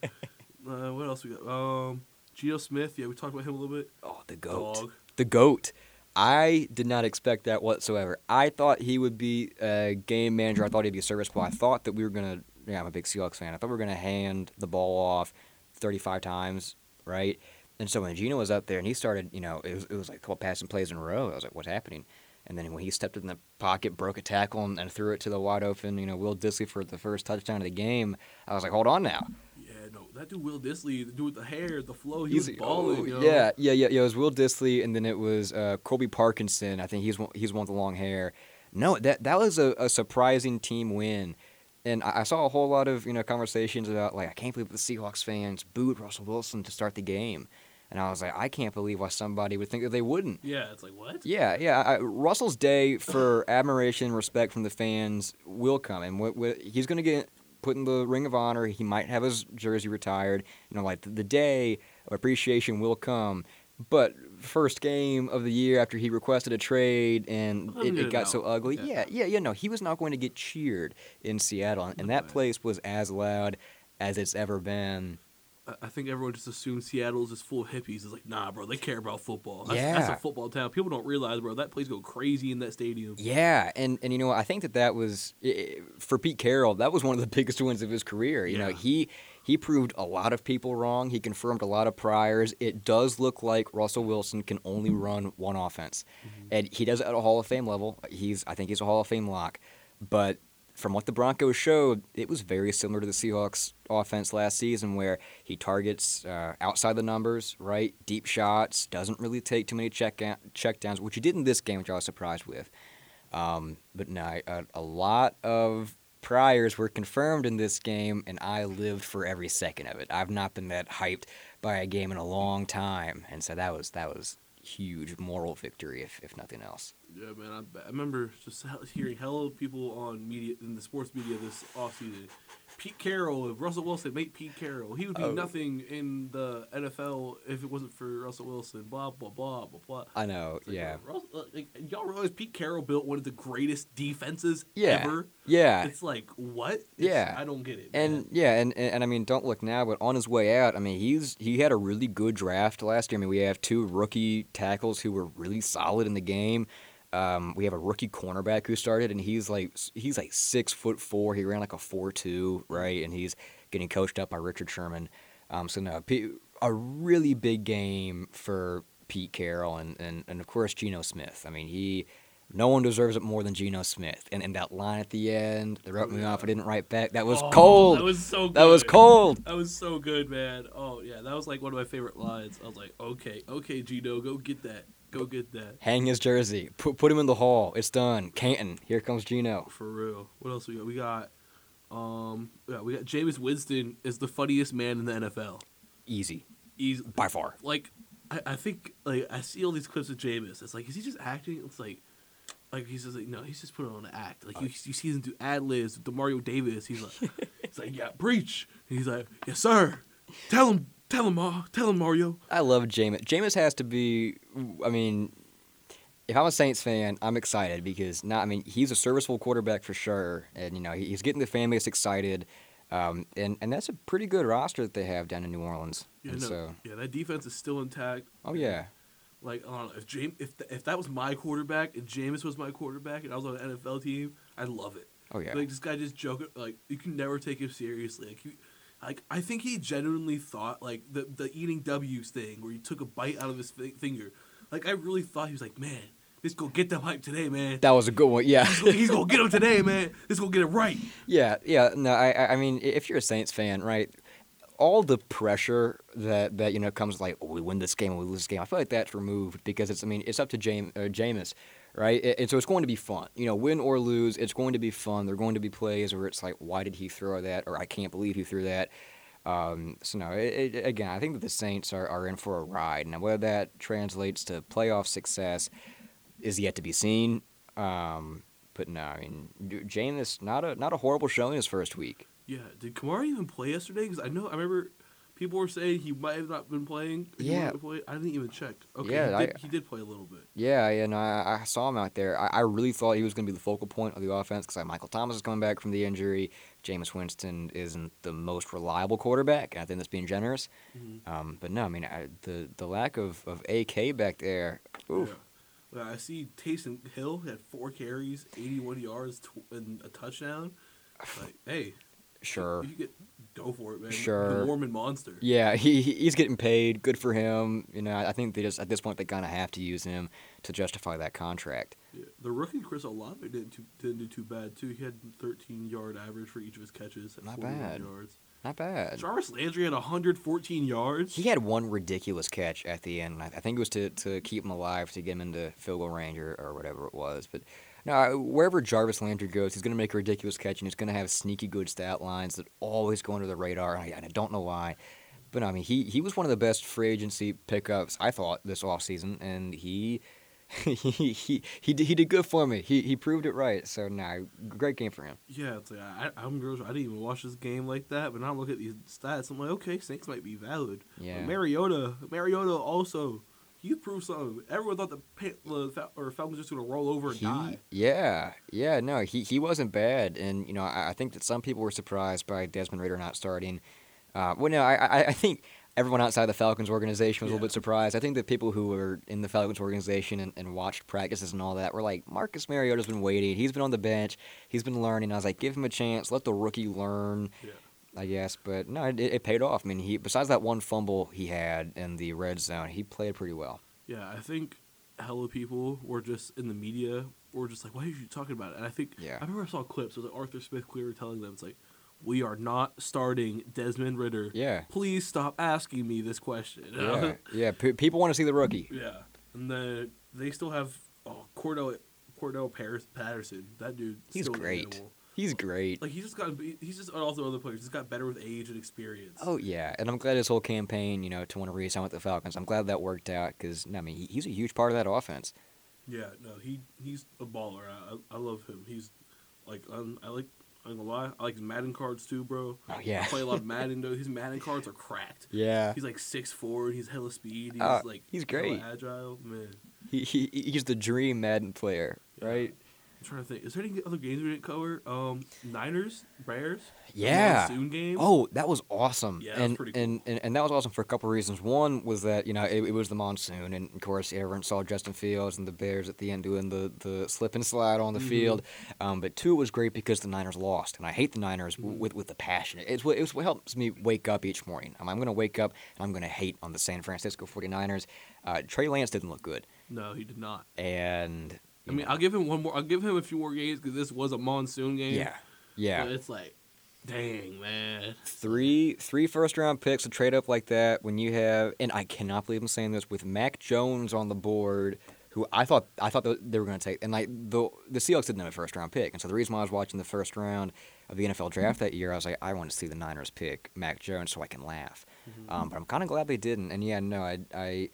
S1: uh, what else we got? Um, Geo Smith. Yeah, we talked about him a little bit.
S2: Oh, the goat,
S1: Dog.
S2: the goat. I did not expect that whatsoever. I thought he would be a game manager. I thought he'd be serviceable. I thought that we were gonna. Yeah, I'm a big Seahawks fan. I thought we were gonna hand the ball off 35 times, right? And so when Gino was up there and he started, you know, it was, it was like a couple passing plays in a row. I was like, what's happening? And then when he stepped in the pocket, broke a tackle, and, and threw it to the wide open, you know, Will Disley for the first touchdown of the game, I was like, hold on now.
S1: Yeah, no, that dude Will Disley, the dude with the hair, the flow, he
S2: He's
S1: was balling.
S2: oh,
S1: yo.
S2: yeah, yeah, yeah, yeah. It was Will Disley, and then it was uh, Colby Parkinson. I think he's one- he's one with the long hair. No, that that was a, a surprising team win, and I, I saw a whole lot of you know conversations about like I can't believe the Seahawks fans booed Russell Wilson to start the game, and I was like I can't believe why somebody would think that they wouldn't.
S1: yeah. It's like what?
S2: Yeah, yeah. I, Russell's day for admiration and respect from the fans will come, and what, what, he's going to get put in the Ring of Honor. He might have his jersey retired. You know, like the, the day of appreciation will come. But first game of the year after he requested a trade and
S1: Let him
S2: it,
S1: get
S2: it
S1: it
S2: got
S1: out.
S2: so ugly.
S1: Yeah.
S2: Yeah, yeah, yeah. No, he was not going to get cheered in Seattle, and that
S1: Okay.
S2: place was as loud as it's ever been.
S1: I- I think everyone just assumes Seattle's just full of hippies. It's like, nah, bro, they care about football. That's, that's
S2: Yeah.
S1: a football town. People don't realize, bro, that place go crazy in that stadium.
S2: Yeah, and and you know I think that that was i- i- for Pete Carroll. That was one of the biggest wins of his career. You know
S1: Yeah.
S2: he he proved a lot of people wrong. He confirmed a lot of priors. It does look like Russell Wilson can only run one offense, and he does it at a Hall of Fame level. He's I think he's a Hall of Fame lock, but. From what the Broncos showed, it was very similar to the Seahawks offense last season, where he targets uh, outside the numbers, right? Deep shots, doesn't really take too many check checkdowns, which he did in this game, which I was surprised with. Um, but no, I- a, a lot of priors were confirmed in this game, and I lived for every second of it. I've not been that hyped by a game in a long time, and so that was that was huge moral victory, if if nothing else.
S1: Yeah, man. I, I remember just he- hearing hella people on media in the sports media this offseason. Pete Carroll, if Russell Wilson made Pete Carroll, he would be
S2: Oh.
S1: nothing in the NFL if it wasn't for Russell Wilson. Blah blah blah blah blah.
S2: I know,
S1: It's like,
S2: yeah,
S1: bro, Russell- uh, like, y'all realize Pete Carroll built one of the greatest defenses
S2: yeah,
S1: ever.
S2: yeah.
S1: It's like what? It's-
S2: Yeah.
S1: I don't get it. man.
S2: And yeah, and, and and I mean, don't look now, but on his way out, I mean, he's he had a really good draft last year. I mean, we have two rookie tackles who were really solid in the game. Um, we have a rookie cornerback who started, and he's like s- he's like six foot four. He ran like a four two, right? And he's getting coached up by Richard Sherman. Um, so no, P- a really big game for Pete Carroll, and and and of course Geno Smith. I mean, he. No one deserves it more than Geno Smith. And, and that line at the end, they wrote me off. I didn't write back. That was
S1: Oh,
S2: cold.
S1: That was so. Good.
S2: That was cold.
S1: That was so good, man. Oh yeah, that was like one of my favorite lines. I was like, okay, okay, Gino, go get that, go get that,
S2: Hang his jersey. Put put him in the hall. It's done. Canton. Here comes Gino.
S1: for real. What else we got? We got, um, yeah, we got Jameis Winston is the funniest man in the NFL.
S2: Easy.
S1: He's
S2: By far.
S1: like, I, I think like I see all these clips of Jameis. It's like, is he just acting? It's like. Like he's just like no, he's just putting on an act. Like you, you see him do ad libs with Demario Davis. He's like, he's like yeah, preach. And he's like, yes sir, tell him, tell him, Ma, tell him Mario.
S2: I love Jameis. Jameis has to be I mean if I'm a Saints fan, I'm excited because not I mean, he's a serviceable quarterback for sure. And you know, he- he's getting the fan base excited. Um, and, and that's a pretty good roster that they have down in New Orleans.
S1: Yeah,
S2: and
S1: no,
S2: so
S1: yeah, that defense is still intact.
S2: Oh yeah.
S1: Like, I don't know, if James, if, th- if that was my quarterback and Jameis was my quarterback and I was on an NFL team, I'd love it.
S2: Oh yeah.
S1: Like this guy just joking. Like you can never take him seriously. Like, you, like I think he genuinely thought like the the eating W's thing where he took a bite out of his fi- finger. Like I really thought he was like, man, this gonna get them hype today, man.
S2: that was a good one. Yeah.
S1: He's gonna get him today, man. This gonna get it right.
S2: Yeah, yeah. No, I, I- I mean, i- if you're a Saints fan, right? All the pressure that that you know comes like, oh, we win this game, we lose this game. I feel like that's removed because it's. I mean, it's up to James, uh, Jameis, right? A- And so it's going to be fun. You know, win or lose, it's going to be fun. They're going to be plays where it's like, why did he throw that? Or I can't believe he threw that. Um, so no, it, it, again, I think that the Saints are, are in for a ride. Now, whether that translates to playoff success is yet to be seen. Um, but no, I mean, J- Jameis not a not a horrible showing his first week.
S1: Yeah, did Kamara even play yesterday? Because I know I remember people were saying he might have not been playing. He
S2: Yeah.
S1: might have played. I didn't even check. Okay,
S2: Yeah,
S1: he, did,
S2: I-
S1: he did play a little bit.
S2: Yeah, yeah, no, I, I saw him out there. I, I really thought he was going to be the focal point of the offense because like Michael Thomas is coming back from the injury. Jameis Winston isn't the most reliable quarterback, and I think that's being generous. Um, but no, I mean, I, the the lack of, of AK back there. Oof.
S1: Yeah. Uh, I see Taysom Hill had four carries, 81 yards, tw- and a touchdown. Like, hey,
S2: Sure.
S1: you get go for it, man.
S2: Sure.
S1: The Mormon monster.
S2: Yeah, he he- he's getting paid. Good for him. You know, I I think they just at this point they kind of have to use him to justify that contract.
S1: Yeah. The rookie Chris Olave didn't too, didn't do too bad too. He had 13 yard average for each of his catches. At
S2: Not
S1: 41
S2: bad.
S1: Yards.
S2: Not bad.
S1: Jarvis Landry had 114 yards.
S2: He had one ridiculous catch at the end. and I I think it was to, to keep him alive to get him into field goal range or, or whatever it was. But no, wherever Jarvis Landry goes, he's going to make a ridiculous catch and he's going to have sneaky good stat lines that always go under the radar. And I, and I don't know why. But no, I mean, he, he was one of the best free agency pickups, I thought, this offseason. And he. he, he he did- he did good for me. He he proved it right. So nah, great game for him.
S1: Yeah, it's like I, I- I'm real. I didn't even watch this game like that, but now I look at these stats. I'm like, okay, Saints might be valid. But
S2: Yeah.
S1: Mariota, Mariota also, he proved something. Everyone thought the Pa- the Fal- or Falcons just gonna roll over and
S2: He-
S1: die.
S2: Yeah, yeah, no, he, he wasn't bad, and you know I, I think that some people were surprised by Desmond Ritter not starting. Uh, well, no, I, I I think everyone outside the Falcons organization was a little
S1: Yeah.
S2: bit surprised. I think the people who were in the Falcons organization and, and watched practices and all that were like, Marcus Mariota's been waiting. He's been on the bench. He's been learning. I was like, give him a chance. Let the rookie learn.
S1: Yeah.
S2: I guess, but no, it, it paid off. I mean, he besides that one fumble he had in the red zone, he played pretty well.
S1: Yeah, I think hella people were just in the media were just like, why are you talking about it? And I think
S2: Yeah.
S1: I remember I saw clips. It was like Arthur Smith clearly telling them, it's like, we are not starting Desmond Ritter.
S2: Yeah.
S1: Please stop asking me this question.
S2: Yeah, yeah. P- people want to see the rookie.
S1: Yeah, and the they still have oh, Cordell Cordell Paris, Patterson. That dude,
S2: He's
S1: still an
S2: great.
S1: animal.
S2: He's great.
S1: Like he just got he's just also other players. He's got better with age and experience.
S2: Oh yeah, and I'm glad his whole campaign, you know, to want to resign with the Falcons. I'm glad that worked out because I mean he- he's a huge part of that offense.
S1: yeah, no, he he's a baller. I, I, I love him. He's like I'm, I like I'm gonna lie. I like his Madden cards too, bro.
S2: Oh yeah,
S1: I play a lot of Madden though. His Madden cards are cracked.
S2: yeah.
S1: He's like six four. He's hella speed. He's
S2: Oh,
S1: like
S2: he's
S1: hella
S2: great.
S1: agile man.
S2: He, he he's the dream Madden player, right?
S1: I'm trying to think. Is there any other games we didn't cover? Um, Niners, Bears. the
S2: Yeah.
S1: monsoon game.
S2: Oh, that was awesome.
S1: Yeah, that was
S2: and,
S1: pretty cool.
S2: and, and and that was awesome for a couple reasons. One was that you know it, it was the monsoon, and of course everyone saw Justin Fields and the Bears at the end doing the, the slip and slide on the
S1: Mhm.
S2: field. Um, but two, it was great because the Niners lost, and I hate the Niners w
S1: Mhm.
S2: with with the passion. It's what it's what helps me wake up each morning. I'm, I'm going to wake up and I'm going to hate on the San Francisco 49ers. Uh, Trey Lance didn't look good,
S1: No, he did not.
S2: and
S1: I
S2: you
S1: mean,
S2: know,
S1: I'll give him one more. I'll give him a few more games because this was a monsoon game.
S2: yeah, yeah.
S1: But it's like, dang man.
S2: Three three first round picks to trade up like that when you have and I cannot believe I'm saying this with Mac Jones on the board, who I thought I thought that they were going to take and like the the Seahawks didn't have a first round pick and so the reason why I was watching the first round of the NFL draft that year I was like I want to see the Niners pick Mac Jones so I can laugh, um, but I'm kind of glad they didn't and yeah no I I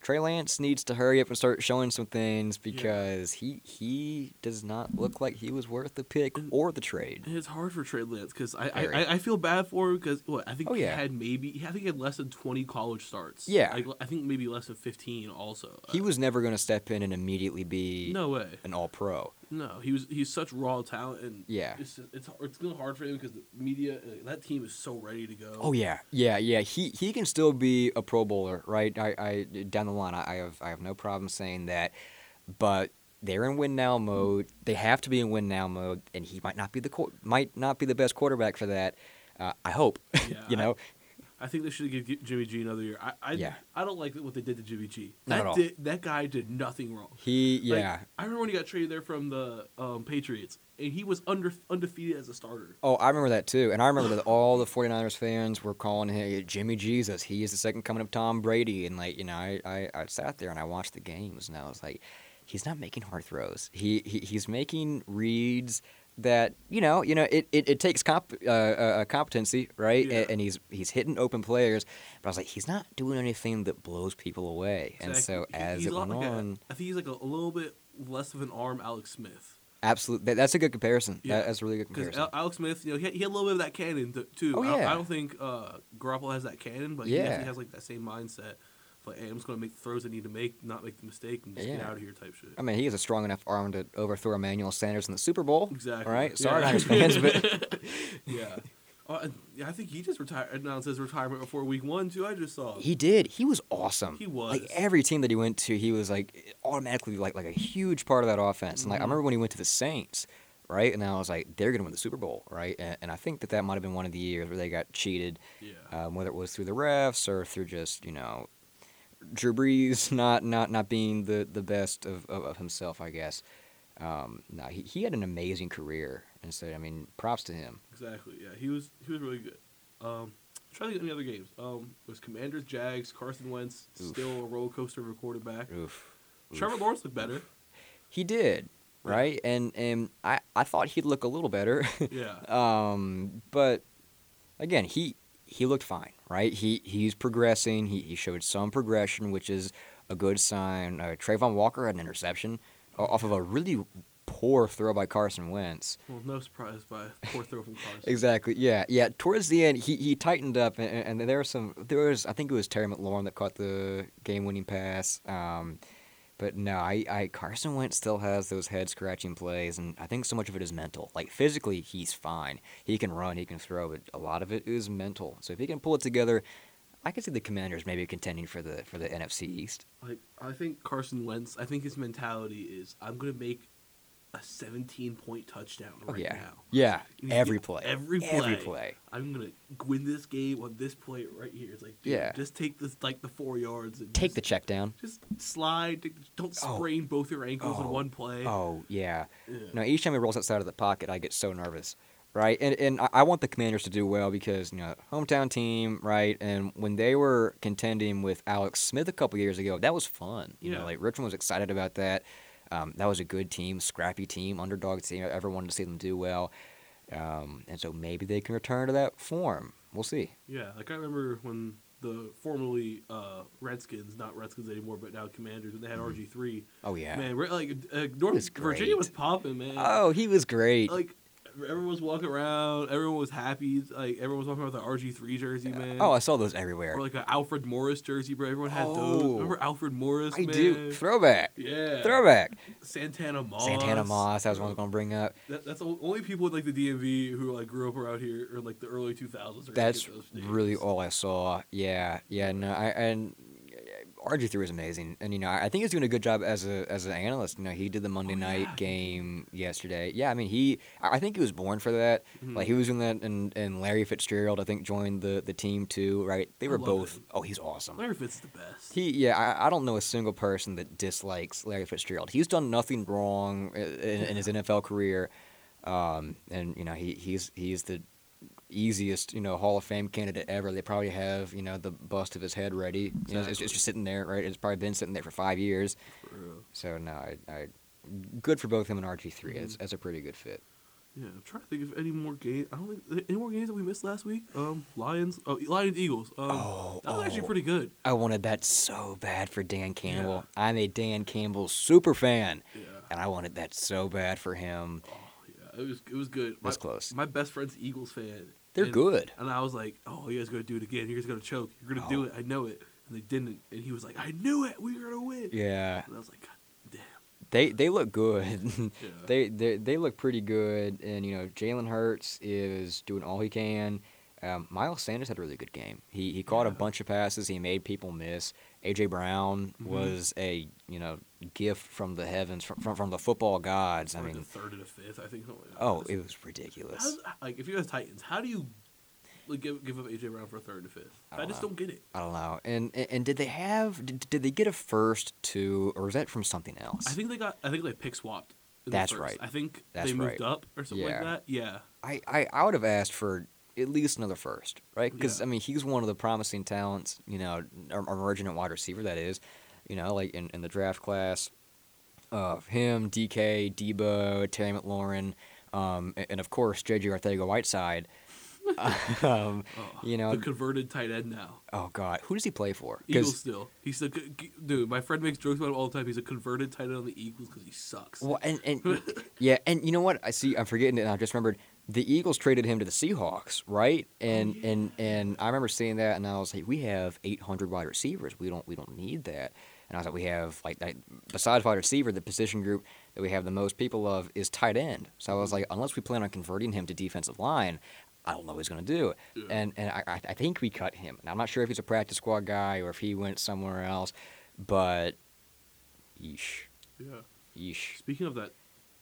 S2: Trey Lance needs to hurry up and start showing some things because he he does not look like he was worth the pick or the trade.
S1: It's hard for Trey Lance because I, I,
S2: Very.
S1: I I feel bad for him because what I think
S2: Oh,
S1: he
S2: yeah.
S1: had maybe I think he had less than twenty college starts.
S2: Yeah.
S1: Like, I think maybe less than fifteen. Also, Uh,
S2: He was never going to step in and immediately be
S1: no way.
S2: an all pro.
S1: No, he was he's such raw talent and
S2: Yeah.
S1: It's it's it's gonna hard for him because the media uh, that team is so ready to go.
S2: Oh yeah, yeah, yeah. He he can still be a Pro Bowler, right? I, I down the line, I, I have I have no problem saying that. But they're in win now mode. They have to be in win now mode, and he might not be the quar- might not be the best quarterback for that. Uh, I hope,
S1: Yeah,
S2: you
S1: I-
S2: know.
S1: I think they should give Gi- Jimmy G another year. I I,
S2: Yeah.
S1: I don't like what they did to Jimmy G.
S2: Not
S1: That
S2: at all.
S1: did that guy did nothing wrong.
S2: he
S1: Like,
S2: yeah.
S1: I remember when he got traded there from the um, Patriots, and he was under, undefeated as a starter.
S2: Oh, I remember that too. And I remember that all the 49ers fans were calling him Jimmy Jesus. He is the second coming of Tom Brady. And, like, you know, I, I, I sat there and I watched the games and I was like, he's not making hard throws. He, he He's making reads that, you know, you know, it, it, it takes comp, uh, uh, competency, right?
S1: Yeah.
S2: And, and he's he's hitting open players. But I was like, he's not doing anything that blows people away. And so
S1: Exactly. He-
S2: as
S1: he's
S2: it
S1: a lot
S2: went
S1: like a-
S2: on,
S1: I think he's like a, a little bit less of an arm Alex Smith.
S2: absolutely, that, that's a good comparison.
S1: Yeah.
S2: That, that's a really good
S1: Because
S2: comparison.
S1: Alex Smith, you know, he had, he had a little bit of that cannon th- too.
S2: Oh,
S1: I, don't-
S2: yeah.
S1: I don't think uh, Garoppolo has that cannon, but he
S2: Yeah.
S1: definitely has like that same mindset. of, Like, hey, I'm just gonna make the throws I need to make, not make the mistake, and just get
S2: Yeah.
S1: out of here type shit.
S2: I mean, he is a strong enough arm to overthrow Emmanuel Sanders in the Super Bowl.
S1: Exactly.
S2: All right. Sorry,
S1: Yeah.
S2: Niners fans, but
S1: yeah. Uh, and- yeah, I think he just retired announced his retirement before week one too. I just saw.
S2: he did. He was awesome.
S1: He
S2: Like
S1: was.
S2: every team that he
S1: Mm-hmm.
S2: went to, he was like automatically like like a huge part of that offense. And like I remember when he went to the Saints, right? And I was like, they're going to win the Super Bowl, right? And, and I think that that might have been one of the years where they got cheated,
S1: Yeah.
S2: um, whether it was through the refs or through just you know, Drew Brees not not not being the the best of, of, of himself, I guess. Um, no, he, he had an amazing career, and so I mean, props to him.
S1: Exactly. Yeah, he was he was really good. Um, i trying to think of any other games. Um, it was Commanders, Jags, Carson Wentz,
S2: Oof.
S1: still a roller coaster of a quarterback.
S2: Oof.
S1: Trevor Lawrence looked better.
S2: He did, right? And and I, I thought he'd look a little better.
S1: Yeah.
S2: Um, but again, he he looked fine, right? He he's progressing. He he showed some progression, which is a good sign. Uh, Trayvon Walker had an interception o- off of a really poor throw by Carson Wentz.
S1: Well, no surprise by poor throw from Carson.
S2: Exactly. Yeah. Yeah. Towards the end, he, he tightened up, and, and and there were some. There was I think it was Terry McLaurin that caught the game-winning pass. Um, but no, I, I Carson Wentz still has those head scratching plays, and I think so much of it is mental. Like physically, he's fine. He can run, he can throw, but a lot of it is mental. So if he can pull it together, I could see the Commanders maybe contending for the for the NFC East.
S1: Like I think Carson Wentz, I think his mentality is I'm gonna make a 17 point touchdown
S2: Oh
S1: right
S2: yeah,
S1: now.
S2: yeah.
S1: You need
S2: Every
S1: to-
S2: play,
S1: every
S2: every
S1: play.
S2: play.
S1: I'm gonna win this game on this play right here. It's like, dude,
S2: Yeah.
S1: just take this like the four yards and
S2: Take
S1: just,
S2: the check down.
S1: just slide. take- Don't
S2: Oh.
S1: sprain both your ankles in
S2: Oh.
S1: one play.
S2: Oh yeah.
S1: Yeah.
S2: No, each time he rolls outside of the pocket, I get so nervous, right? And and I- I want the Commanders to do well because you know hometown team, right? And when they were contending with Alex Smith a couple years ago, that was fun. You
S1: Yeah.
S2: know, like Richmond was excited about that. Um, that was a good team, scrappy team, underdog team. I ever wanted to see them do well, um, and so maybe they can return to that form. We'll see.
S1: Yeah, like I remember when the formerly uh, Redskins, not Redskins anymore, but now Commanders, when they had RG three.
S2: Oh yeah.
S1: Man, we're- like uh, North
S2: was
S1: Virginia
S2: great.
S1: was popping, man.
S2: Oh, he was great.
S1: like everyone was walking around, everyone was happy. Like everyone was walking around with an RG three jersey, man.
S2: Oh, I saw those everywhere.
S1: or like an Alfred Morris jersey, bro. Everyone had those.
S2: Oh.
S1: Remember Alfred Morris?
S2: I
S1: man?
S2: do. Throwback.
S1: yeah.
S2: Throwback.
S1: Santana Moss.
S2: Santana Moss. That was one I was gonna bring up.
S1: That, that's the only people in like the DMV who like grew up around here or like the early two thousands.
S2: That's
S1: those names.
S2: really all I saw. Yeah, yeah. No, I and RG three was amazing, and you know I I think he's doing a good job as a as an analyst. You know, he did the Monday
S1: Oh,
S2: night
S1: yeah.
S2: game yesterday. Yeah, I mean he, I I think he was born for that.
S1: Mhm.
S2: Like he was doing that, and and Larry Fitzgerald I think joined the the team too. Right? They
S1: I
S2: were
S1: love
S2: both.
S1: him.
S2: Oh, he's awesome.
S1: Larry Fitz is the best.
S2: He, yeah, I, I don't know a single person that dislikes Larry Fitzgerald. He's done nothing wrong i- in, in his NFL career, um, and you know he, he's he's the easiest you know Hall of Fame candidate ever. They probably have you know the bust of his head ready. You know, it's,
S1: Exactly.
S2: it's just sitting there, right? It's probably been sitting there for five years.
S1: For real.
S2: So no, I, I good for both him and RG 3 That's, that's a pretty good fit.
S1: Yeah, I'm trying to think of any more games. I don't think there- any more games that we missed last week. Um, Lions, oh, Lions, Eagles. Um,
S2: Oh,
S1: that was actually
S2: oh.
S1: pretty good.
S2: I wanted that so bad for Dan Campbell. I'm a Dan Campbell super fan,
S1: Yeah,
S2: and I wanted that so bad for him.
S1: yeah, it was it was good.
S2: That's
S1: my,
S2: close.
S1: My best friend's Eagles fan.
S2: They're
S1: and-
S2: good.
S1: And I was like, "Oh, you guys gonna do it again? You guys gonna choke? You're gonna do
S2: Oh.
S1: it? I know it." And they didn't. And he was like, "I knew it. We were gonna win."
S2: Yeah.
S1: And I was like, "God damn."
S2: They they look good.
S1: Yeah.
S2: they, they they look pretty good, and you know Jalen Hurts is doing all he can. Um, Miles Sanders had a really good game. He he caught a
S1: Yeah.
S2: bunch of passes. He made people miss. AJ Brown
S1: Mm-hmm.
S2: was a you know gift from the heavens from from, from the football gods. I
S1: We're like
S2: mean,
S1: the third and the fifth, I think. something like that.
S2: oh,
S1: That's-
S2: it was ridiculous.
S1: how's- like if you're the Titans, how do you like give give up AJ Brown for a third and a fifth?
S2: I
S1: I,
S2: don't
S1: just
S2: know.
S1: don't get it.
S2: I don't know. And and, and did they have did, did they get a first too, or was that from something else?
S1: I think they got. I think they pick swapped. in the
S2: That's
S1: first.
S2: right.
S1: I think
S2: That's
S1: they moved
S2: right.
S1: up or something like
S2: Yeah.
S1: that. Yeah.
S2: I, I, I would have asked for at least another first, right? Because
S1: Yeah.
S2: I mean, he's one of the promising talents, you know, or, or emerging wide receiver that is, you know, like in, in the draft class, uh, him, DK, Debo, Terry McLaurin, um, a- and, of course JJ Ortega Whiteside. um,
S1: Oh,
S2: You know-
S1: the converted tight end now.
S2: oh God, who does he play for? 'Cause-
S1: Eagles still. He's a g- g- dude. My friend makes jokes about him all the time. He's a converted tight end on the Eagles because he sucks.
S2: Well, and, and yeah, and you know what? I see. I'm forgetting it. And I just remembered the Eagles traded him to the Seahawks, right? And and and I remember seeing that, and I was like, we have 800 wide receivers. We don't we don't need that. And I was like, we have like that, besides wide receiver, the position group that we have the most people of is tight end. So I was like, unless we plan on converting him to defensive line, I don't know what he's going to do.
S1: Yeah.
S2: And and I, I I think we cut him. And I'm not sure if he's a practice squad guy or if he went somewhere else, but yeesh,
S1: Yeah.
S2: yeesh.
S1: Speaking of that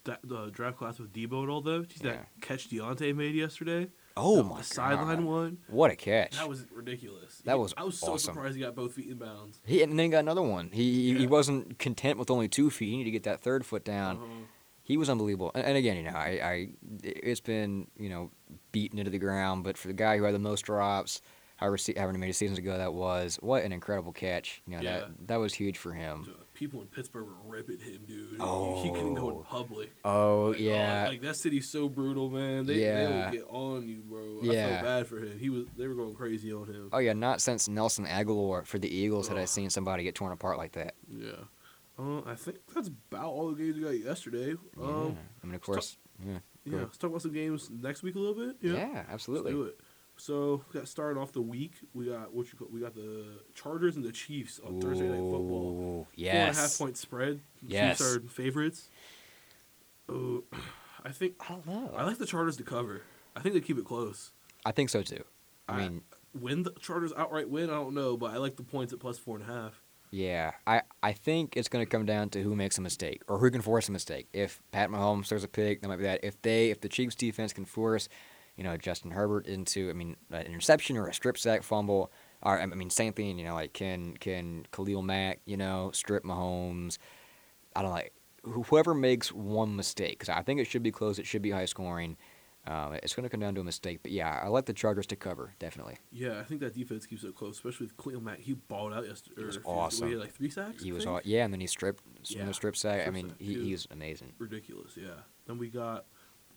S1: da- the draft class with Debo and all them. Geez,
S2: Yeah.
S1: That catch Deontay made yesterday.
S2: Oh
S1: the,
S2: my
S1: the
S2: god!
S1: sideline one.
S2: What a catch!
S1: That was ridiculous.
S2: That
S1: He-
S2: was
S1: I was so
S2: awesome.
S1: surprised he got both feet in bounds.
S2: He and then he got another one. He he- he
S1: Yeah.
S2: wasn't content with only two feet. He needed to get that third foot down.
S1: Uh-huh.
S2: He was unbelievable. And, and again, you know, I, I it's been you know beaten into the ground, but for the guy who had the most drops, however, se- however many seasons ago that was, what an incredible catch! You know
S1: Yeah.
S2: that that was huge for him.
S1: Dude, People in Pittsburgh were ripping him, dude. He
S2: Oh.
S1: couldn't go in public.
S2: Oh
S1: Like,
S2: yeah,
S1: oh, like that city's so brutal, man. They,
S2: Yeah.
S1: they would get on you, bro. I
S2: Yeah.
S1: felt bad for him. He was they were going crazy on him.
S2: oh yeah. Not since Nelson Aguilar for the Eagles had I
S1: Ugh.
S2: seen somebody get torn apart like that.
S1: yeah. Uh, I think that's about all the games we got yesterday. Um,
S2: yeah. I mean, of course, yeah,
S1: yeah. Let's talk about some games next week a little bit.
S2: yeah,
S1: Yeah. Let's
S2: absolutely.
S1: do it. So we got started off the week. We got what you call, we got the Chargers and the Chiefs on Thursday night football.
S2: Ooh,
S1: Four and a
S2: Yes.
S1: half point spread. The
S2: Yes.
S1: Chiefs are favorites. Oh, I think
S2: I don't know.
S1: I like the Chargers to cover. I think they keep it close.
S2: I think so too. I,
S1: I-
S2: mean,
S1: Win the Chargers outright win, I don't know, but I like the points at plus four and a half.
S2: yeah, I, I think it's going to come down to who makes a mistake or who can force a mistake. If Pat Mahomes throws a pick, that might be that. If they, if the Chiefs defense can force, you know, Justin Herbert into, I mean, an interception or a strip sack fumble, or I mean, same thing. You know, like can can Khalil Mack, you know, strip Mahomes. I don't like wh- whoever makes one mistake because I think it should be close. It should be high scoring. Um, it's going to come down to a mistake, but yeah, I like the Chargers to cover definitely.
S1: Yeah, I think that defense keeps it close, especially with Cleo Mack. He balled out yesterday. or a few days
S2: was
S1: ago. He
S2: awesome.
S1: had like three sacks.
S2: He
S1: I
S2: was
S1: think?
S2: all yeah, and then he stripped yeah.
S1: Yeah.
S2: the strip sack. I
S1: Strip
S2: mean,
S1: sack,
S2: he,
S1: dude.
S2: he's amazing.
S1: ridiculous. Yeah. Then we got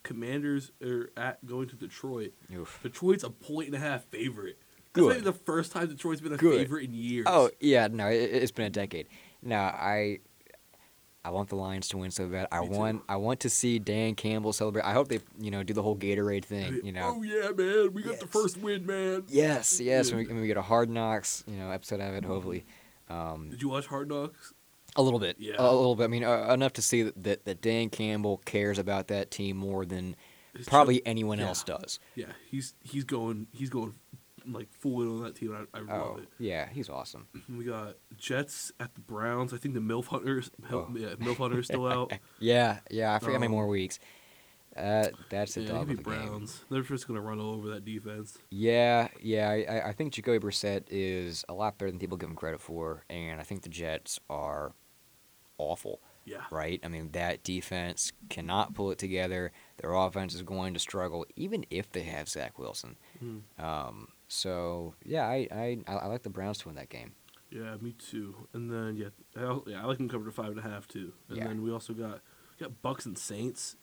S1: Commanders are at going to Detroit.
S2: Oof.
S1: Detroit's a point and a half favorite. That's
S2: Good.
S1: maybe the first time Detroit's been a
S2: Good.
S1: favorite in years.
S2: Oh yeah, no, it, it's been a decade. No, I I want the Lions to win so bad. I
S1: Me too.
S2: want I want to see Dan Campbell celebrate. I hope they you know do the whole Gatorade thing. You know.
S1: Oh yeah, man, we got the
S2: Yes.
S1: first win, man.
S2: Yes, yes,
S1: Yeah.
S2: and we, and we get a Hard Knocks you know episode out of it. Hopefully, um,
S1: Did you watch Hard Knocks?
S2: a little bit.
S1: Yeah.
S2: A, a little bit. I mean, uh, enough to see that, that that Dan Campbell cares about that team more than
S1: It's
S2: probably
S1: just-
S2: anyone
S1: yeah.
S2: else does.
S1: Yeah, he's he's going he's going like full in on that team. and I, I love
S2: Oh
S1: it.
S2: yeah, he's awesome.
S1: We got Jets at the Browns. I think the Milf Hunters, Mil-
S2: Oh.
S1: yeah, Milf Hunters still out.
S2: Yeah, yeah. I forget how many
S1: Um,
S2: more weeks. Uh, that's a
S1: yeah,
S2: dog
S1: maybe
S2: of a game.
S1: Browns. They're just gonna run all over that defense.
S2: Yeah, yeah. I, I- I think Jacoby Brissett is a lot better than people give him credit for, and I think the Jets are awful.
S1: Yeah,
S2: Right? I mean, that defense cannot pull it together. Their offense is going to struggle, even if they have Zach Wilson.
S1: Mhm.
S2: Um, so yeah, I, I I I like the Browns to win that game.
S1: yeah, me too. And then yeah, I, al- yeah, I like them covered to five and a half too. And
S2: Yeah.
S1: then we also got we got Bucks and Saints.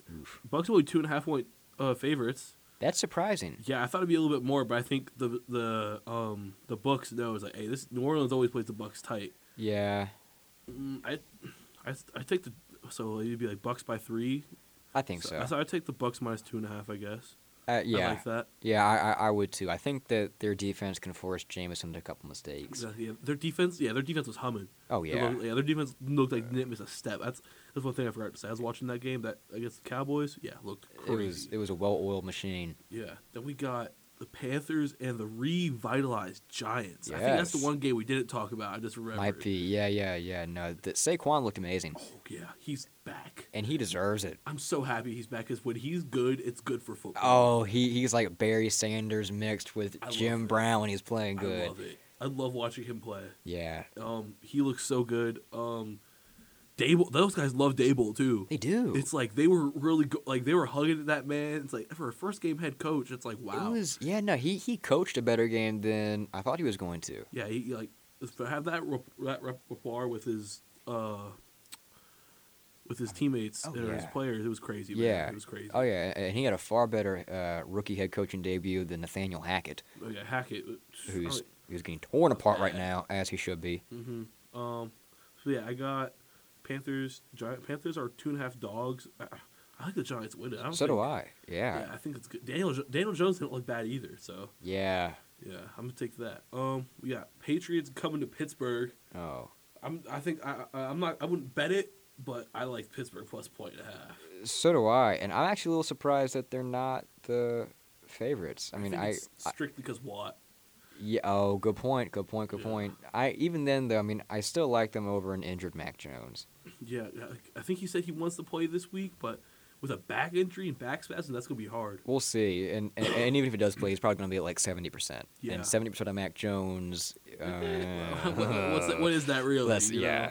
S1: Bucks are only two and a half point uh, favorites.
S2: That's surprising.
S1: Yeah, I thought it'd be a little bit more, but I think the the um the Bucks know is like, hey, this New Orleans always plays the Bucks tight.
S2: Yeah,
S1: Mm, I, I, I take the so it'd be like Bucks by three.
S2: I think so.
S1: I thought I'd take the Bucks minus two and a half. I guess.
S2: Uh, yeah,
S1: I like that.
S2: Yeah, I, I, I would too. I think that their defense can force Jameson to a couple mistakes.
S1: Exactly. Yeah, their defense, yeah, their defense was humming.
S2: Oh
S1: They
S2: yeah,
S1: looked- yeah, their defense looked like they didn't miss a step. That's that's one thing I forgot to say. I was watching that game that against the Cowboys. Yeah, looked
S2: it was
S1: crazy.
S2: it was a well-oiled machine.
S1: yeah. Then we got the Panthers and the revitalized Giants. I think that's the
S2: Yes.
S1: one game we didn't talk about. I just remembered.
S2: Might be, yeah, yeah, yeah. No, that Saquon looked amazing,
S1: Oh yeah, he's back.
S2: and he deserves it.
S1: I'm so happy he's back because when he's good, it's good for football.
S2: Oh, he he's like Barry Sanders mixed with
S1: I love
S2: Jim
S1: it.
S2: Brown when he's playing
S1: I
S2: Oh, good.
S1: love it. I love watching him play.
S2: Yeah,
S1: Um, he looks so good. Um, Dable, those guys love Dable too.
S2: they do.
S1: It's like they were really go- like they were hugging at that man. It's like for a first game head coach, it's like wow.
S2: It was yeah. No, he he coached a better game than I thought he was going to.
S1: yeah, he he, like to have that rep- that repertoire with his uh with his teammates
S2: Oh,
S1: and his
S2: yeah.
S1: players. It was crazy. Man.
S2: Yeah.
S1: it was crazy.
S2: Oh yeah, and he had a far better uh, rookie head coaching debut than Nathaniel Hackett,
S1: Oh, yeah, Hackett. oh,
S2: who's who's getting torn apart right
S1: bad.
S2: now as he should be.
S1: hmm Um, so yeah, I got Panthers. Giant Panthers are two and a half dogs. I, I like the Giants winning. I don't
S2: So do
S1: think-
S2: I. Yeah.
S1: Yeah, I think it's good. Daniel Jo- Daniel Jones didn't look bad either. So
S2: Yeah.
S1: yeah, I'm gonna take that. Um, we got Patriots coming to Pittsburgh.
S2: Oh.
S1: I'm. I think I. I- I'm not. I wouldn't bet it, but I like Pittsburgh plus point and a half.
S2: So do I. And I'm actually a little surprised that they're not the favorites. I mean,
S1: think
S2: I,
S1: it's strictly because Watt.
S2: yeah. Oh, good point. Good point. Good
S1: Yeah.
S2: point. I even then though. I mean, I still like them over an injured Mac Jones.
S1: Yeah, yeah, like, I think he said he wants to play this week, but with a back injury and back spasm, that's gonna be hard.
S2: We'll see. And, and and even if he does play, he's probably going to be at like 70%.
S1: Yeah.
S2: And 70% on Mac Jones. uh,
S1: What- What's that, what is that really?
S2: That's-
S1: you know?
S2: yeah.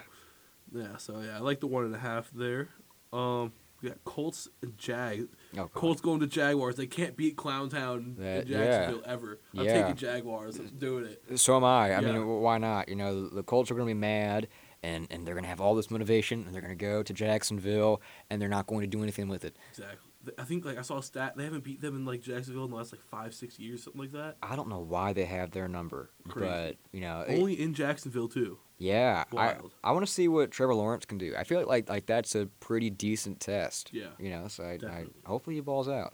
S1: Yeah. So yeah, I like the one and a half there. Um, we got Colts and Jag.
S2: oh, God.
S1: Colts going to Jaguars. They can't beat Clowntown
S2: That-
S1: in Jacksonville ever. I'm
S2: Yeah.
S1: taking Jaguars. I'm doing it.
S2: So am I. I mean,
S1: Yeah.
S2: w- why not? You know, the Colts are going to be mad, and, and they're going to have all this motivation, and they're going to go to Jacksonville, and they're not going to do anything with it.
S1: Exactly. Th- I think like I saw a stat. They haven't beat them in like Jacksonville in the last like five, six years, something like that.
S2: I don't know why they have their number,
S1: Crazy.
S2: but, you know, it-
S1: Only in Jacksonville too.
S2: yeah.
S1: Wild.
S2: I, I want to see what Trevor Lawrence can do. I feel like, like, like that's a pretty decent test.
S1: Yeah.
S2: You know, so I, I,
S1: Definitely.
S2: hopefully he balls out.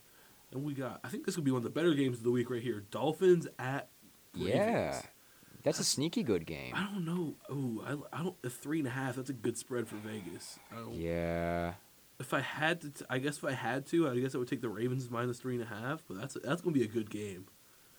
S1: And we got. I think this could be one of the better games of the week right here. Dolphins at. Ravens.
S2: Yeah. That's a sneaky good game.
S1: I don't know. Ooh, I, I don't. A three and a half. That's a good spread for Vegas. I don't,
S2: Yeah.
S1: If I had to, t- I guess if I had to, I guess I would take the Ravens minus three and a half. But that's that's gonna be a good game.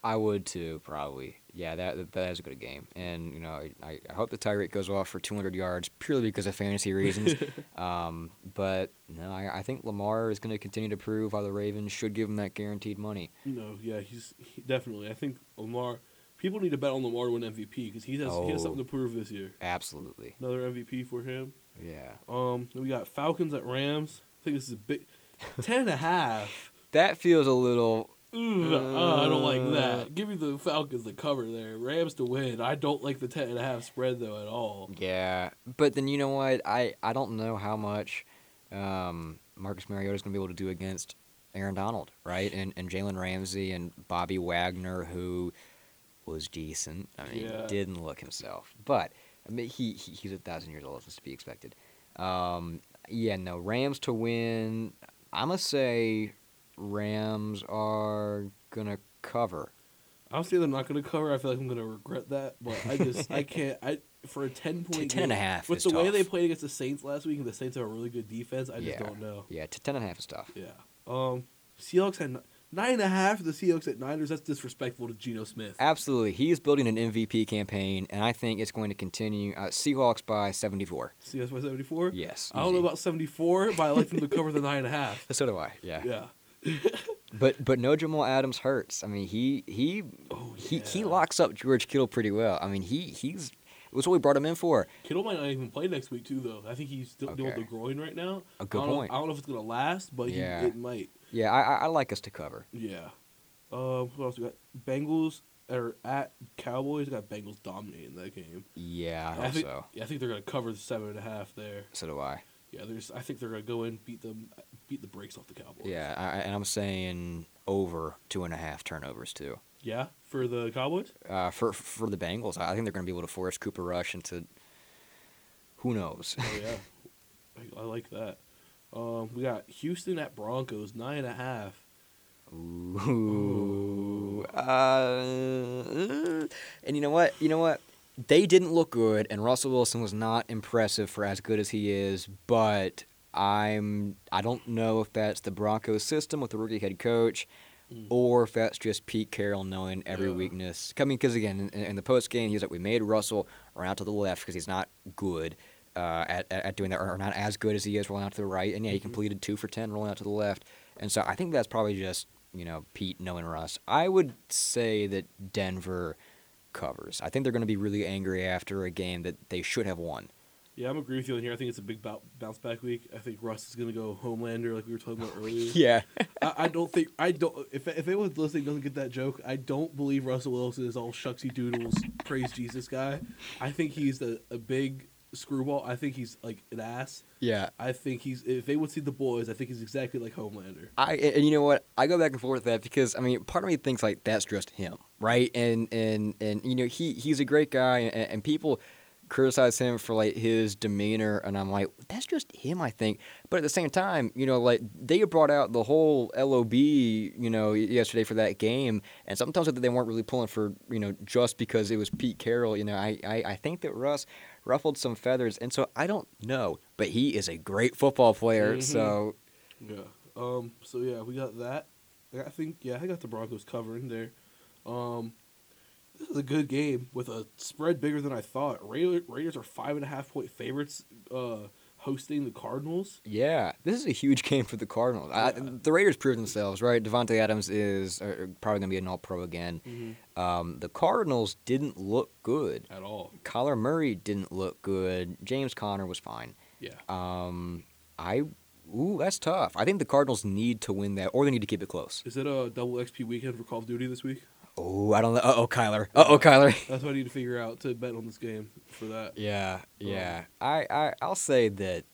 S2: I would too, probably. Yeah, that that is a good game, and you know, I, I I hope the Tyreek goes off for 200 yards purely because of fantasy reasons. um, but no, I, I think Lamar is going to continue to prove why the Ravens should give him that guaranteed money.
S1: No, yeah, he's he, definitely. I think Lamar. People need to bet on Lamar to win MVP because he has he has
S2: Oh.
S1: something to prove this year.
S2: Absolutely.
S1: Another MVP for him.
S2: Yeah.
S1: Um, then we got Falcons at Rams. I think this is a big ten and a half.
S2: That feels a little.
S1: Ooh, uh, I don't like
S2: Uh.
S1: that. Give me the Falcons the cover there. Rams to win. I don't like the ten and a half spread though at all.
S2: Yeah, but then you know what? I I don't know how much um, Marcus Mariota is going to be able to do against Aaron Donald, right? And and Jalen Ramsey and Bobby Wagner, who was decent. I mean,
S1: Yeah.
S2: didn't look himself, but I mean, he, he he's a thousand years old. It's to be expected. Um, yeah, no Rams to win. I'm gonna say Rams are gonna cover.
S1: I'll say they're not going to cover. I feel like I'm going to regret that, but I just I can't. I for a ten point,
S2: Ten and a
S1: game-
S2: half
S1: With
S2: is
S1: the way
S2: tough.
S1: they played against the Saints last week, and the Saints have a really good defense, I just
S2: yeah.
S1: don't know.
S2: Yeah, t- ten and a half is tough.
S1: Yeah. Um, Seahawks had n- nine and a half. The Seahawks at Niners. That's disrespectful to Geno Smith.
S2: Absolutely. He is building an MVP campaign, and I think it's going to continue. Uh, Seahawks by 74.
S1: Seahawks by seventy four.
S2: Yes.
S1: I don't know
S2: easy.
S1: about seventy four, but I like them to cover the nine and a half.
S2: So do I. Yeah.
S1: Yeah.
S2: But but no Jamal Adams hurts. I mean, he he
S1: Oh,
S2: he, he
S1: yeah.
S2: locks up George Kittle pretty well. I mean, he he's it was what we brought him in for.
S1: Kittle might not even play next week too, though. I think he's still dealing with
S2: Okay.
S1: the groin right now.
S2: A good
S1: I don't know-
S2: point.
S1: I don't know if it's gonna last, but he-
S2: Yeah.
S1: it might.
S2: Yeah, I, I, I like us to cover.
S1: Yeah. Um, what else we got? Bengals are at Cowboys. Got Bengals dominating that game.
S2: Yeah, I hope
S1: think,
S2: so.
S1: yeah, I think they're gonna cover the seven and a half there.
S2: So do I.
S1: Yeah, there's. I think they're gonna go in beat them, beat the brakes off the Cowboys.
S2: Yeah, I, I- and I'm saying over two and a half turnovers too.
S1: Yeah, for the Cowboys.
S2: Uh, for for the Bengals, I think they're going to be able to force Cooper Rush into who knows.
S1: Oh yeah, I, I like that. Um, we got Houston at Broncos nine and a half.
S2: Ooh. Uh, and you know what? You know what? They didn't look good, and Russell Wilson was not impressive for as good as he is. But I'm I don't know if that's the Broncos system with the rookie head coach, or if that's just Pete Carroll knowing every
S1: Yeah.
S2: weakness. I mean, because again, in, in the post game, he was like, "We made Russell run out to the left because he's not good." Uh, at, at, at doing that, or not as good as he is rolling out to the right, and yeah, he completed two for ten rolling out to the left, and so I think that's probably just you know Pete knowing Russ. I would say that Denver covers. I think they're going to be really angry after a game that they should have won.
S1: Yeah, I'm agree with you on here. I think it's a big bou- bounce back week. I think Russ is gonna go Homelander like we were talking about earlier.
S2: Yeah,
S1: I, I don't think I don't. If if anyone listening doesn't get that joke, I don't believe Russell Wilson is all shucksy doodles, praise Jesus guy. I think he's a, a big screwball. I think he's like an ass.
S2: yeah.
S1: I think he's if they would see the boys, I think he's exactly like Homelander.
S2: I and you know what? I go back and forth with that because I mean, part of me thinks like that's just him, right? And and and you know, he he's a great guy, and, and people criticize him for like his demeanor, and I'm like, that's just him, I think. But at the same time, you know, like they brought out the whole LOB, you know, yesterday for that game, and sometimes I think they weren't really pulling for you know just because it was Pete Carroll. You know, I I, I think that Russ ruffled some feathers, and so I don't know, but he is a great football player,
S1: Mhm.
S2: so.
S1: Yeah. Um. So yeah, we got that. I think yeah, I got the Broncos covering there. Um, this is a good game with a spread bigger than I thought. Raiders, Raiders are five and a half point favorites. Uh, hosting the Cardinals.
S2: Yeah, this is a huge game for the Cardinals. I, the Raiders proved themselves, right? Devontae Adams is uh, probably going to be an All Pro again. Um, the Cardinals didn't look good.
S1: At all,
S2: Kyler Murray didn't look good. James Conner was fine.
S1: yeah.
S2: Um, I ooh, that's tough. I think the Cardinals need to win that, or they need to keep it close.
S1: Is it a double XP weekend for Call of Duty this week?
S2: Oh, I don't know. Uh oh, Kyler. Uh oh, Kyler.
S1: That's what I need to figure out to bet on this game for that.
S2: yeah, yeah. I, I I'll say that.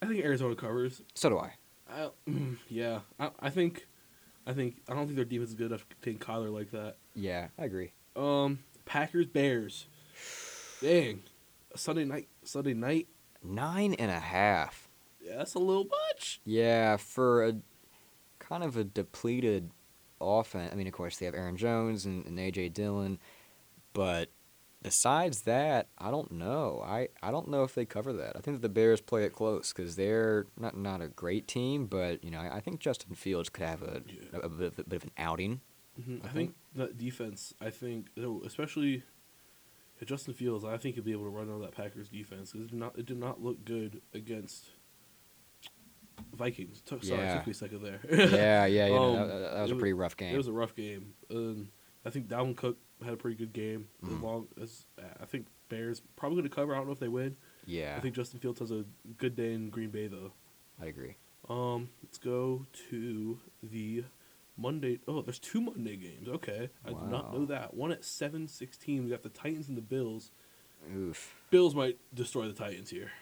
S1: I think Arizona covers.
S2: So do I.
S1: I, yeah, I, I think, I think I don't think their defense is good enough to contain Kyler like that.
S2: Yeah, I agree.
S1: Um, Packers Bears. Dang, Sunday night. Sunday night.
S2: Nine and a half.
S1: Yeah, that's a little much.
S2: Yeah, for a kind of a depleted offense. I mean, of course they have Aaron Jones and, and AJ Dillon, but besides that, I don't know. I, I don't know if they cover that. I think that the Bears play it close because they're not not a great team, but you know I, I think Justin Fields could have a,
S1: Yeah.
S2: a, a bit, a bit of an outing.
S1: hmm I,
S2: Mm-hmm, I
S1: think that defense. I think though, especially if Justin Fields. I think he'll be able to run on that Packers defense. 'cause It did not. It did not look good against Vikings. Took, Sorry, it
S2: Yeah.
S1: took me a second there.
S2: yeah, yeah, yeah. no,
S1: Um,
S2: that, that was
S1: it
S2: a
S1: was-
S2: pretty rough game.
S1: It was a rough game. Um, I think Dalvin Cook had a pretty good game. As
S2: Mhm.
S1: long as I think Bears probably going to cover. I don't know if they win.
S2: yeah,
S1: I think Justin Fields has a good day in Green Bay though.
S2: I agree.
S1: Um, let's go to the Monday. Oh, there's two Monday games. Okay, I did not know
S2: Wow.
S1: that. One at seven sixteen. We got the Titans and the Bills.
S2: Oof.
S1: Bills might destroy the Titans here.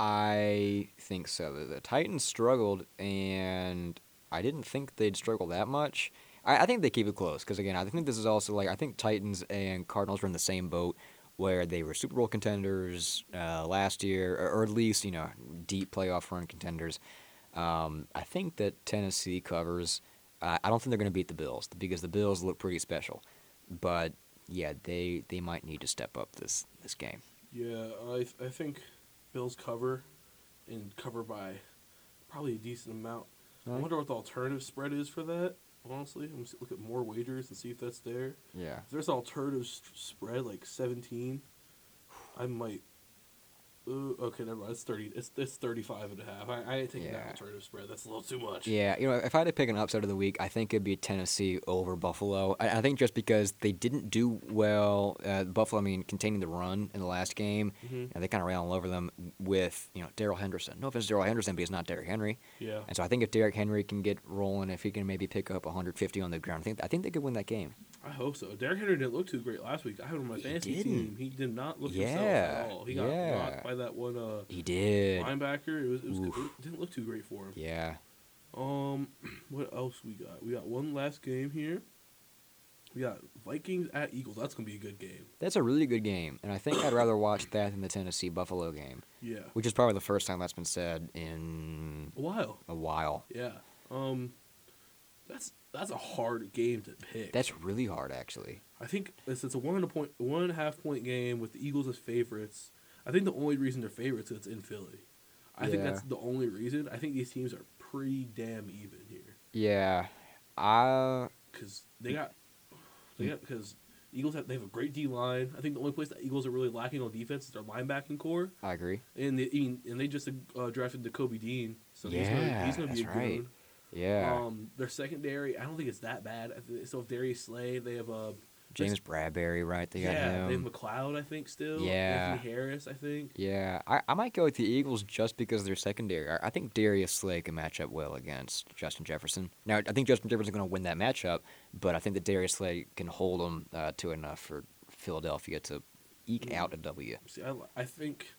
S2: I think so. The, the Titans struggled, and I didn't think they'd struggle that much. I, I think they keep it close because again, I think this is also like I think Titans and Cardinals are in the same boat where they were Super Bowl contenders uh, last year, or, or at least you know deep playoff run contenders. Um, I think that Tennessee covers. Uh, I don't think they're going to beat the Bills because the Bills look pretty special, but yeah, they they might need to step up this this game.
S1: Yeah, I th- I think Bills cover, and cover by probably a decent amount. I
S2: Right.
S1: wonder what the alternative spread is for that. Honestly, I'm just look at more wagers and see if that's there.
S2: Yeah.
S1: If there's an alternative s- spread like 17, I might. Ooh, okay, never mind. It's 30. It's it's 35 and a half. I, I ain't taking that
S2: Yeah.
S1: alternative spread. That's a little too much.
S2: Yeah, you know, if I had to pick an upset of the week, I think it'd be Tennessee over Buffalo. I, I think just because they didn't do well, uh, Buffalo, I mean, containing the run in the last game,
S1: Mhm.
S2: and they kind of ran all over them with, you know, Daryl Henderson. No offense to Daryl Henderson, but he's not Derrick Henry.
S1: Yeah.
S2: And so I think if Derrick Henry can get rolling, if he can maybe pick up 150 on the ground, I think I think they could win that game.
S1: I hope so. Derrick Henry didn't look too great last week. I had him on my
S2: He
S1: fantasy
S2: didn't.
S1: team. He did not look himself
S2: Yeah,
S1: at all. He got
S2: yeah.
S1: knocked by that one uh,
S2: He did.
S1: linebacker. It was, it was
S2: Oof.
S1: it didn't look too great for him.
S2: Yeah.
S1: Um, what else we got? We got one last game here. We got Vikings at Eagles. That's gonna be a good game.
S2: That's a really good game, and I think I'd rather watch that than the Tennessee Buffalo game,
S1: Yeah.
S2: which is probably the first time that's been said in
S1: A while.
S2: a while.
S1: Yeah. Um that's that's a hard game to pick.
S2: That's really hard, actually.
S1: I think it's, it's a one and a point one and a half point game with the Eagles as favorites. I think the only reason they're favorites is it's in Philly. I think
S2: Yeah.
S1: that's the only reason. I think these teams are pretty damn even here
S2: Yeah. I
S1: because they got they got because Eagles have they have a great D line. I think the only place that Eagles are really lacking on defense is their linebacking core,
S2: I agree.
S1: and they I mean, and they just uh, drafted the Kobe Dean, so he's gonna,
S2: Yeah,
S1: he's gonna be a
S2: that's
S1: good
S2: right.
S1: one.
S2: Yeah.
S1: Um, their secondary, I don't think it's that bad. I thi- So if Darius Slay, they have uh,
S2: James Bradbury, right? They got
S1: yeah, they have
S2: him.
S1: McLeod, I think still.
S2: Yeah.
S1: Anthony Harris, I think.
S2: Yeah. I, I might go with the Eagles just because they're secondary. I, I think Darius Slay can match up well against Justin Jefferson. Now, I think Justin Jefferson's going to win that matchup, but I think that Darius Slay can hold him uh, to enough for Philadelphia to
S1: Mm-hmm.
S2: eke out a W.
S1: See, I, I think,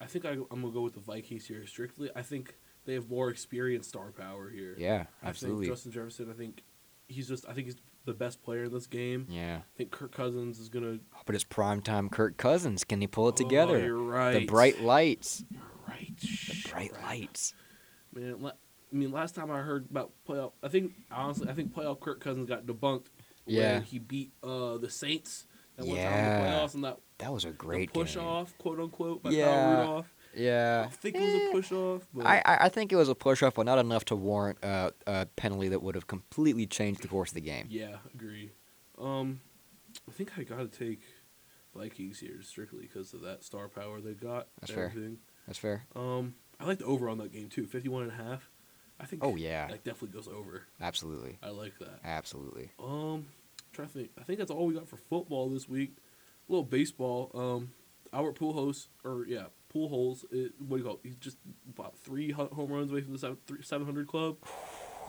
S1: I think I, I'm gonna go with the Vikings here strictly. I think they have more experienced star power here.
S2: Yeah,
S1: I
S2: absolutely.
S1: Think Justin Jefferson, I think he's just, I think he's the best player in this game.
S2: Yeah.
S1: I think Kirk Cousins is gonna
S2: But it's primetime Kirk Cousins. Can he pull it
S1: Oh,
S2: together?
S1: you're right.
S2: The bright lights.
S1: right,
S2: The bright lights.
S1: man. la- I mean, last time I heard about playoff, I think honestly, I think playoff Kirk Cousins got debunked
S2: Yeah.
S1: when he beat uh the Saints that one time
S2: Yeah.
S1: in the playoffs and that
S2: That was a great
S1: the push
S2: game.
S1: off, quote unquote, by Kyle
S2: Yeah.
S1: Rudolph. I
S2: Yeah.
S1: think it was a push off, but
S2: I, I I think it was a push off, but not enough to warrant uh, a penalty that would have completely changed the course of the game.
S1: yeah, agree. Um, I think I gotta take Vikings here strictly because of that star power they got.
S2: That's
S1: and
S2: fair.
S1: everything.
S2: That's fair.
S1: Um, I like the over on that game too, 51 and a half. I think.
S2: Oh, yeah.
S1: that definitely goes over.
S2: Absolutely.
S1: I like that.
S2: Absolutely.
S1: Um, trying to think. I think that's all we got for football this week. A little baseball. Um, Albert Pujols, or yeah, Pujols. It, what do you call? It? He's just about three hu- home runs away from the seven- three- 700 club.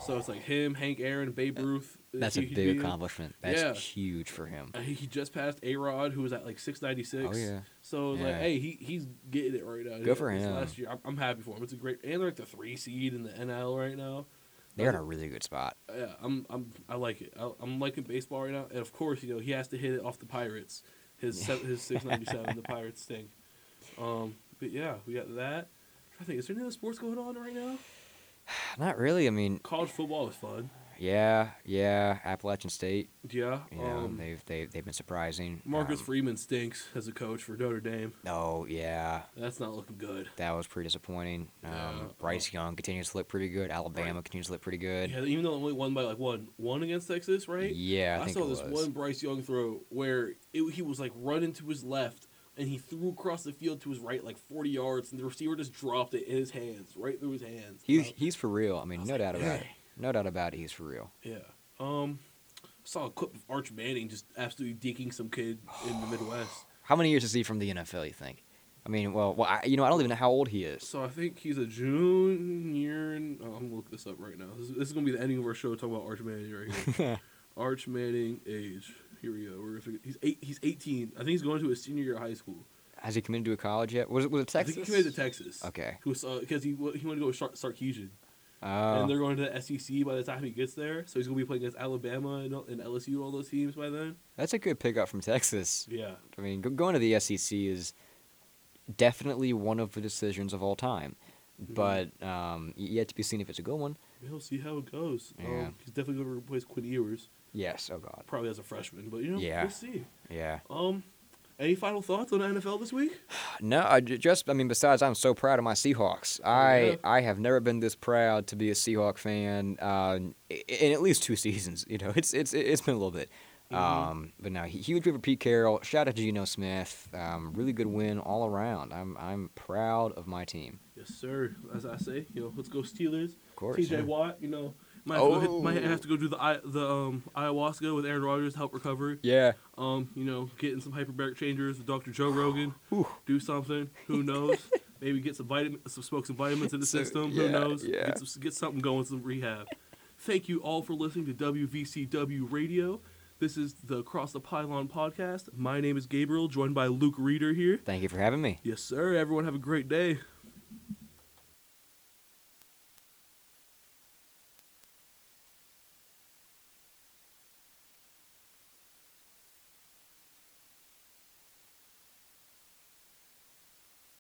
S1: So it's like him, Hank Aaron, Babe Ruth. uh,
S2: That's a
S1: He- he
S2: big
S1: beat him.
S2: accomplishment. That's
S1: Yeah.
S2: huge for him.
S1: Uh, He he just passed A Rod, who was at like 696.
S2: Oh, yeah.
S1: So it's like,
S2: Yeah.
S1: hey, he he's getting it right now.
S2: Good for
S1: This
S2: him.
S1: Last year, I'm, I'm happy for him. It's a great, and they're like the three seed in the NL right now.
S2: They're in a really good spot.
S1: Yeah, I'm I'm I like it. I, I'm liking baseball right now, and of course, you know he has to hit it off the Pirates. His se- his 697, the Pirates thing. Um, but yeah, we got that. I think is there any other sports going on right now?
S2: Not really. I mean,
S1: College football is fun.
S2: yeah, yeah. Appalachian State.
S1: Yeah.
S2: You know,
S1: um,
S2: they've they they've been surprising.
S1: Marcus
S2: Um,
S1: Freeman stinks as a coach for Notre Dame.
S2: Oh yeah,
S1: That's not looking good.
S2: that was pretty disappointing. Um,
S1: Yeah.
S2: Bryce Young continues to look pretty good. Alabama continues to look pretty good.
S1: Yeah, even though they only won by like one, one against Texas, right?
S2: Yeah, I
S1: I,
S2: think
S1: saw
S2: it
S1: this
S2: was.
S1: one Bryce Young throw where it, he was like running to his left and he threw across the field to his right like 40 yards and the receiver just dropped it in his hands, right through his hands.
S2: He's
S1: Uh,
S2: he's for real. I
S1: I
S2: mean,
S1: was
S2: no
S1: like,
S2: doubt about it.
S1: "Dang."
S2: No doubt about it. He's for real.
S1: yeah. Um, I saw a clip of Arch Manning just absolutely deking some kid in the Midwest.
S2: How many years is he from the NFL? You think? I mean, well, well, I, you know, I don't even know how old he is.
S1: So I think he's a junior. in- oh, I'm gonna look this up right now. This is, this is gonna be the ending of our show talking about Arch Manning right here. Arch Manning age. Here we go. We're gonna figure, he's eight. He's 18. I think he's going to his senior year of high school.
S2: Has he committed to a college yet? Was it was it
S1: I
S2: Texas?
S1: think he committed to Texas.
S2: Okay.
S1: Because uh, 'cause he wa- he wanted to go with Sar- Sarkeesian,
S2: Oh,
S1: and they're going to the SEC by the time he gets there. So he's gonna be playing against Alabama and, and LSU, all those teams by then.
S2: that's a good pickup from Texas.
S1: Yeah.
S2: I mean, go- going to the SEC is definitely one of the decisions of all time,
S1: Mm-hmm.
S2: but um, y- yet to be seen if it's a good one.
S1: We'll see how it goes.
S2: Yeah.
S1: Um, he's definitely going to replace Quinn Ewers,
S2: Yes. Oh God.
S1: probably as a freshman, but you know,
S2: Yeah.
S1: we'll see.
S2: Yeah.
S1: Um, any final thoughts on NFL this week?
S2: No, I ju- just I mean, besides, I'm so proud of my Seahawks. I
S1: Yeah.
S2: I have never been this proud to be a Seahawk fan uh, in, in at least two seasons. You know, it's it's it's been a little bit. Um, but no, hu- huge win for Pete Carroll. Shout out to Geno Smith. Um, really good win all around. I'm I'm proud of my team.
S1: Yes, sir. As I say, you know, let's go Steelers.
S2: Of course.
S1: T.J.
S2: yeah.
S1: Watt, you know, might have, to go hit, might
S2: Oh.
S1: have to go do the I- the um, ayahuasca with Aaron Rodgers to help recover.
S2: Yeah.
S1: Um, you know, getting some hyperbaric chambers with Dr. Joe Rogan.
S2: Whew.
S1: Do something. Who knows? Maybe get some vitamin, some smoke some vitamins in the
S2: So,
S1: system.
S2: yeah,
S1: Who knows?
S2: yeah.
S1: Get, some, get something going, some rehab. Thank you all for listening to WVCW Radio. This is the Across the Pylon podcast. My name is Gabriel, joined by Luke Reeder here.
S2: Thank you for having me.
S1: Yes, sir. Everyone have a great day.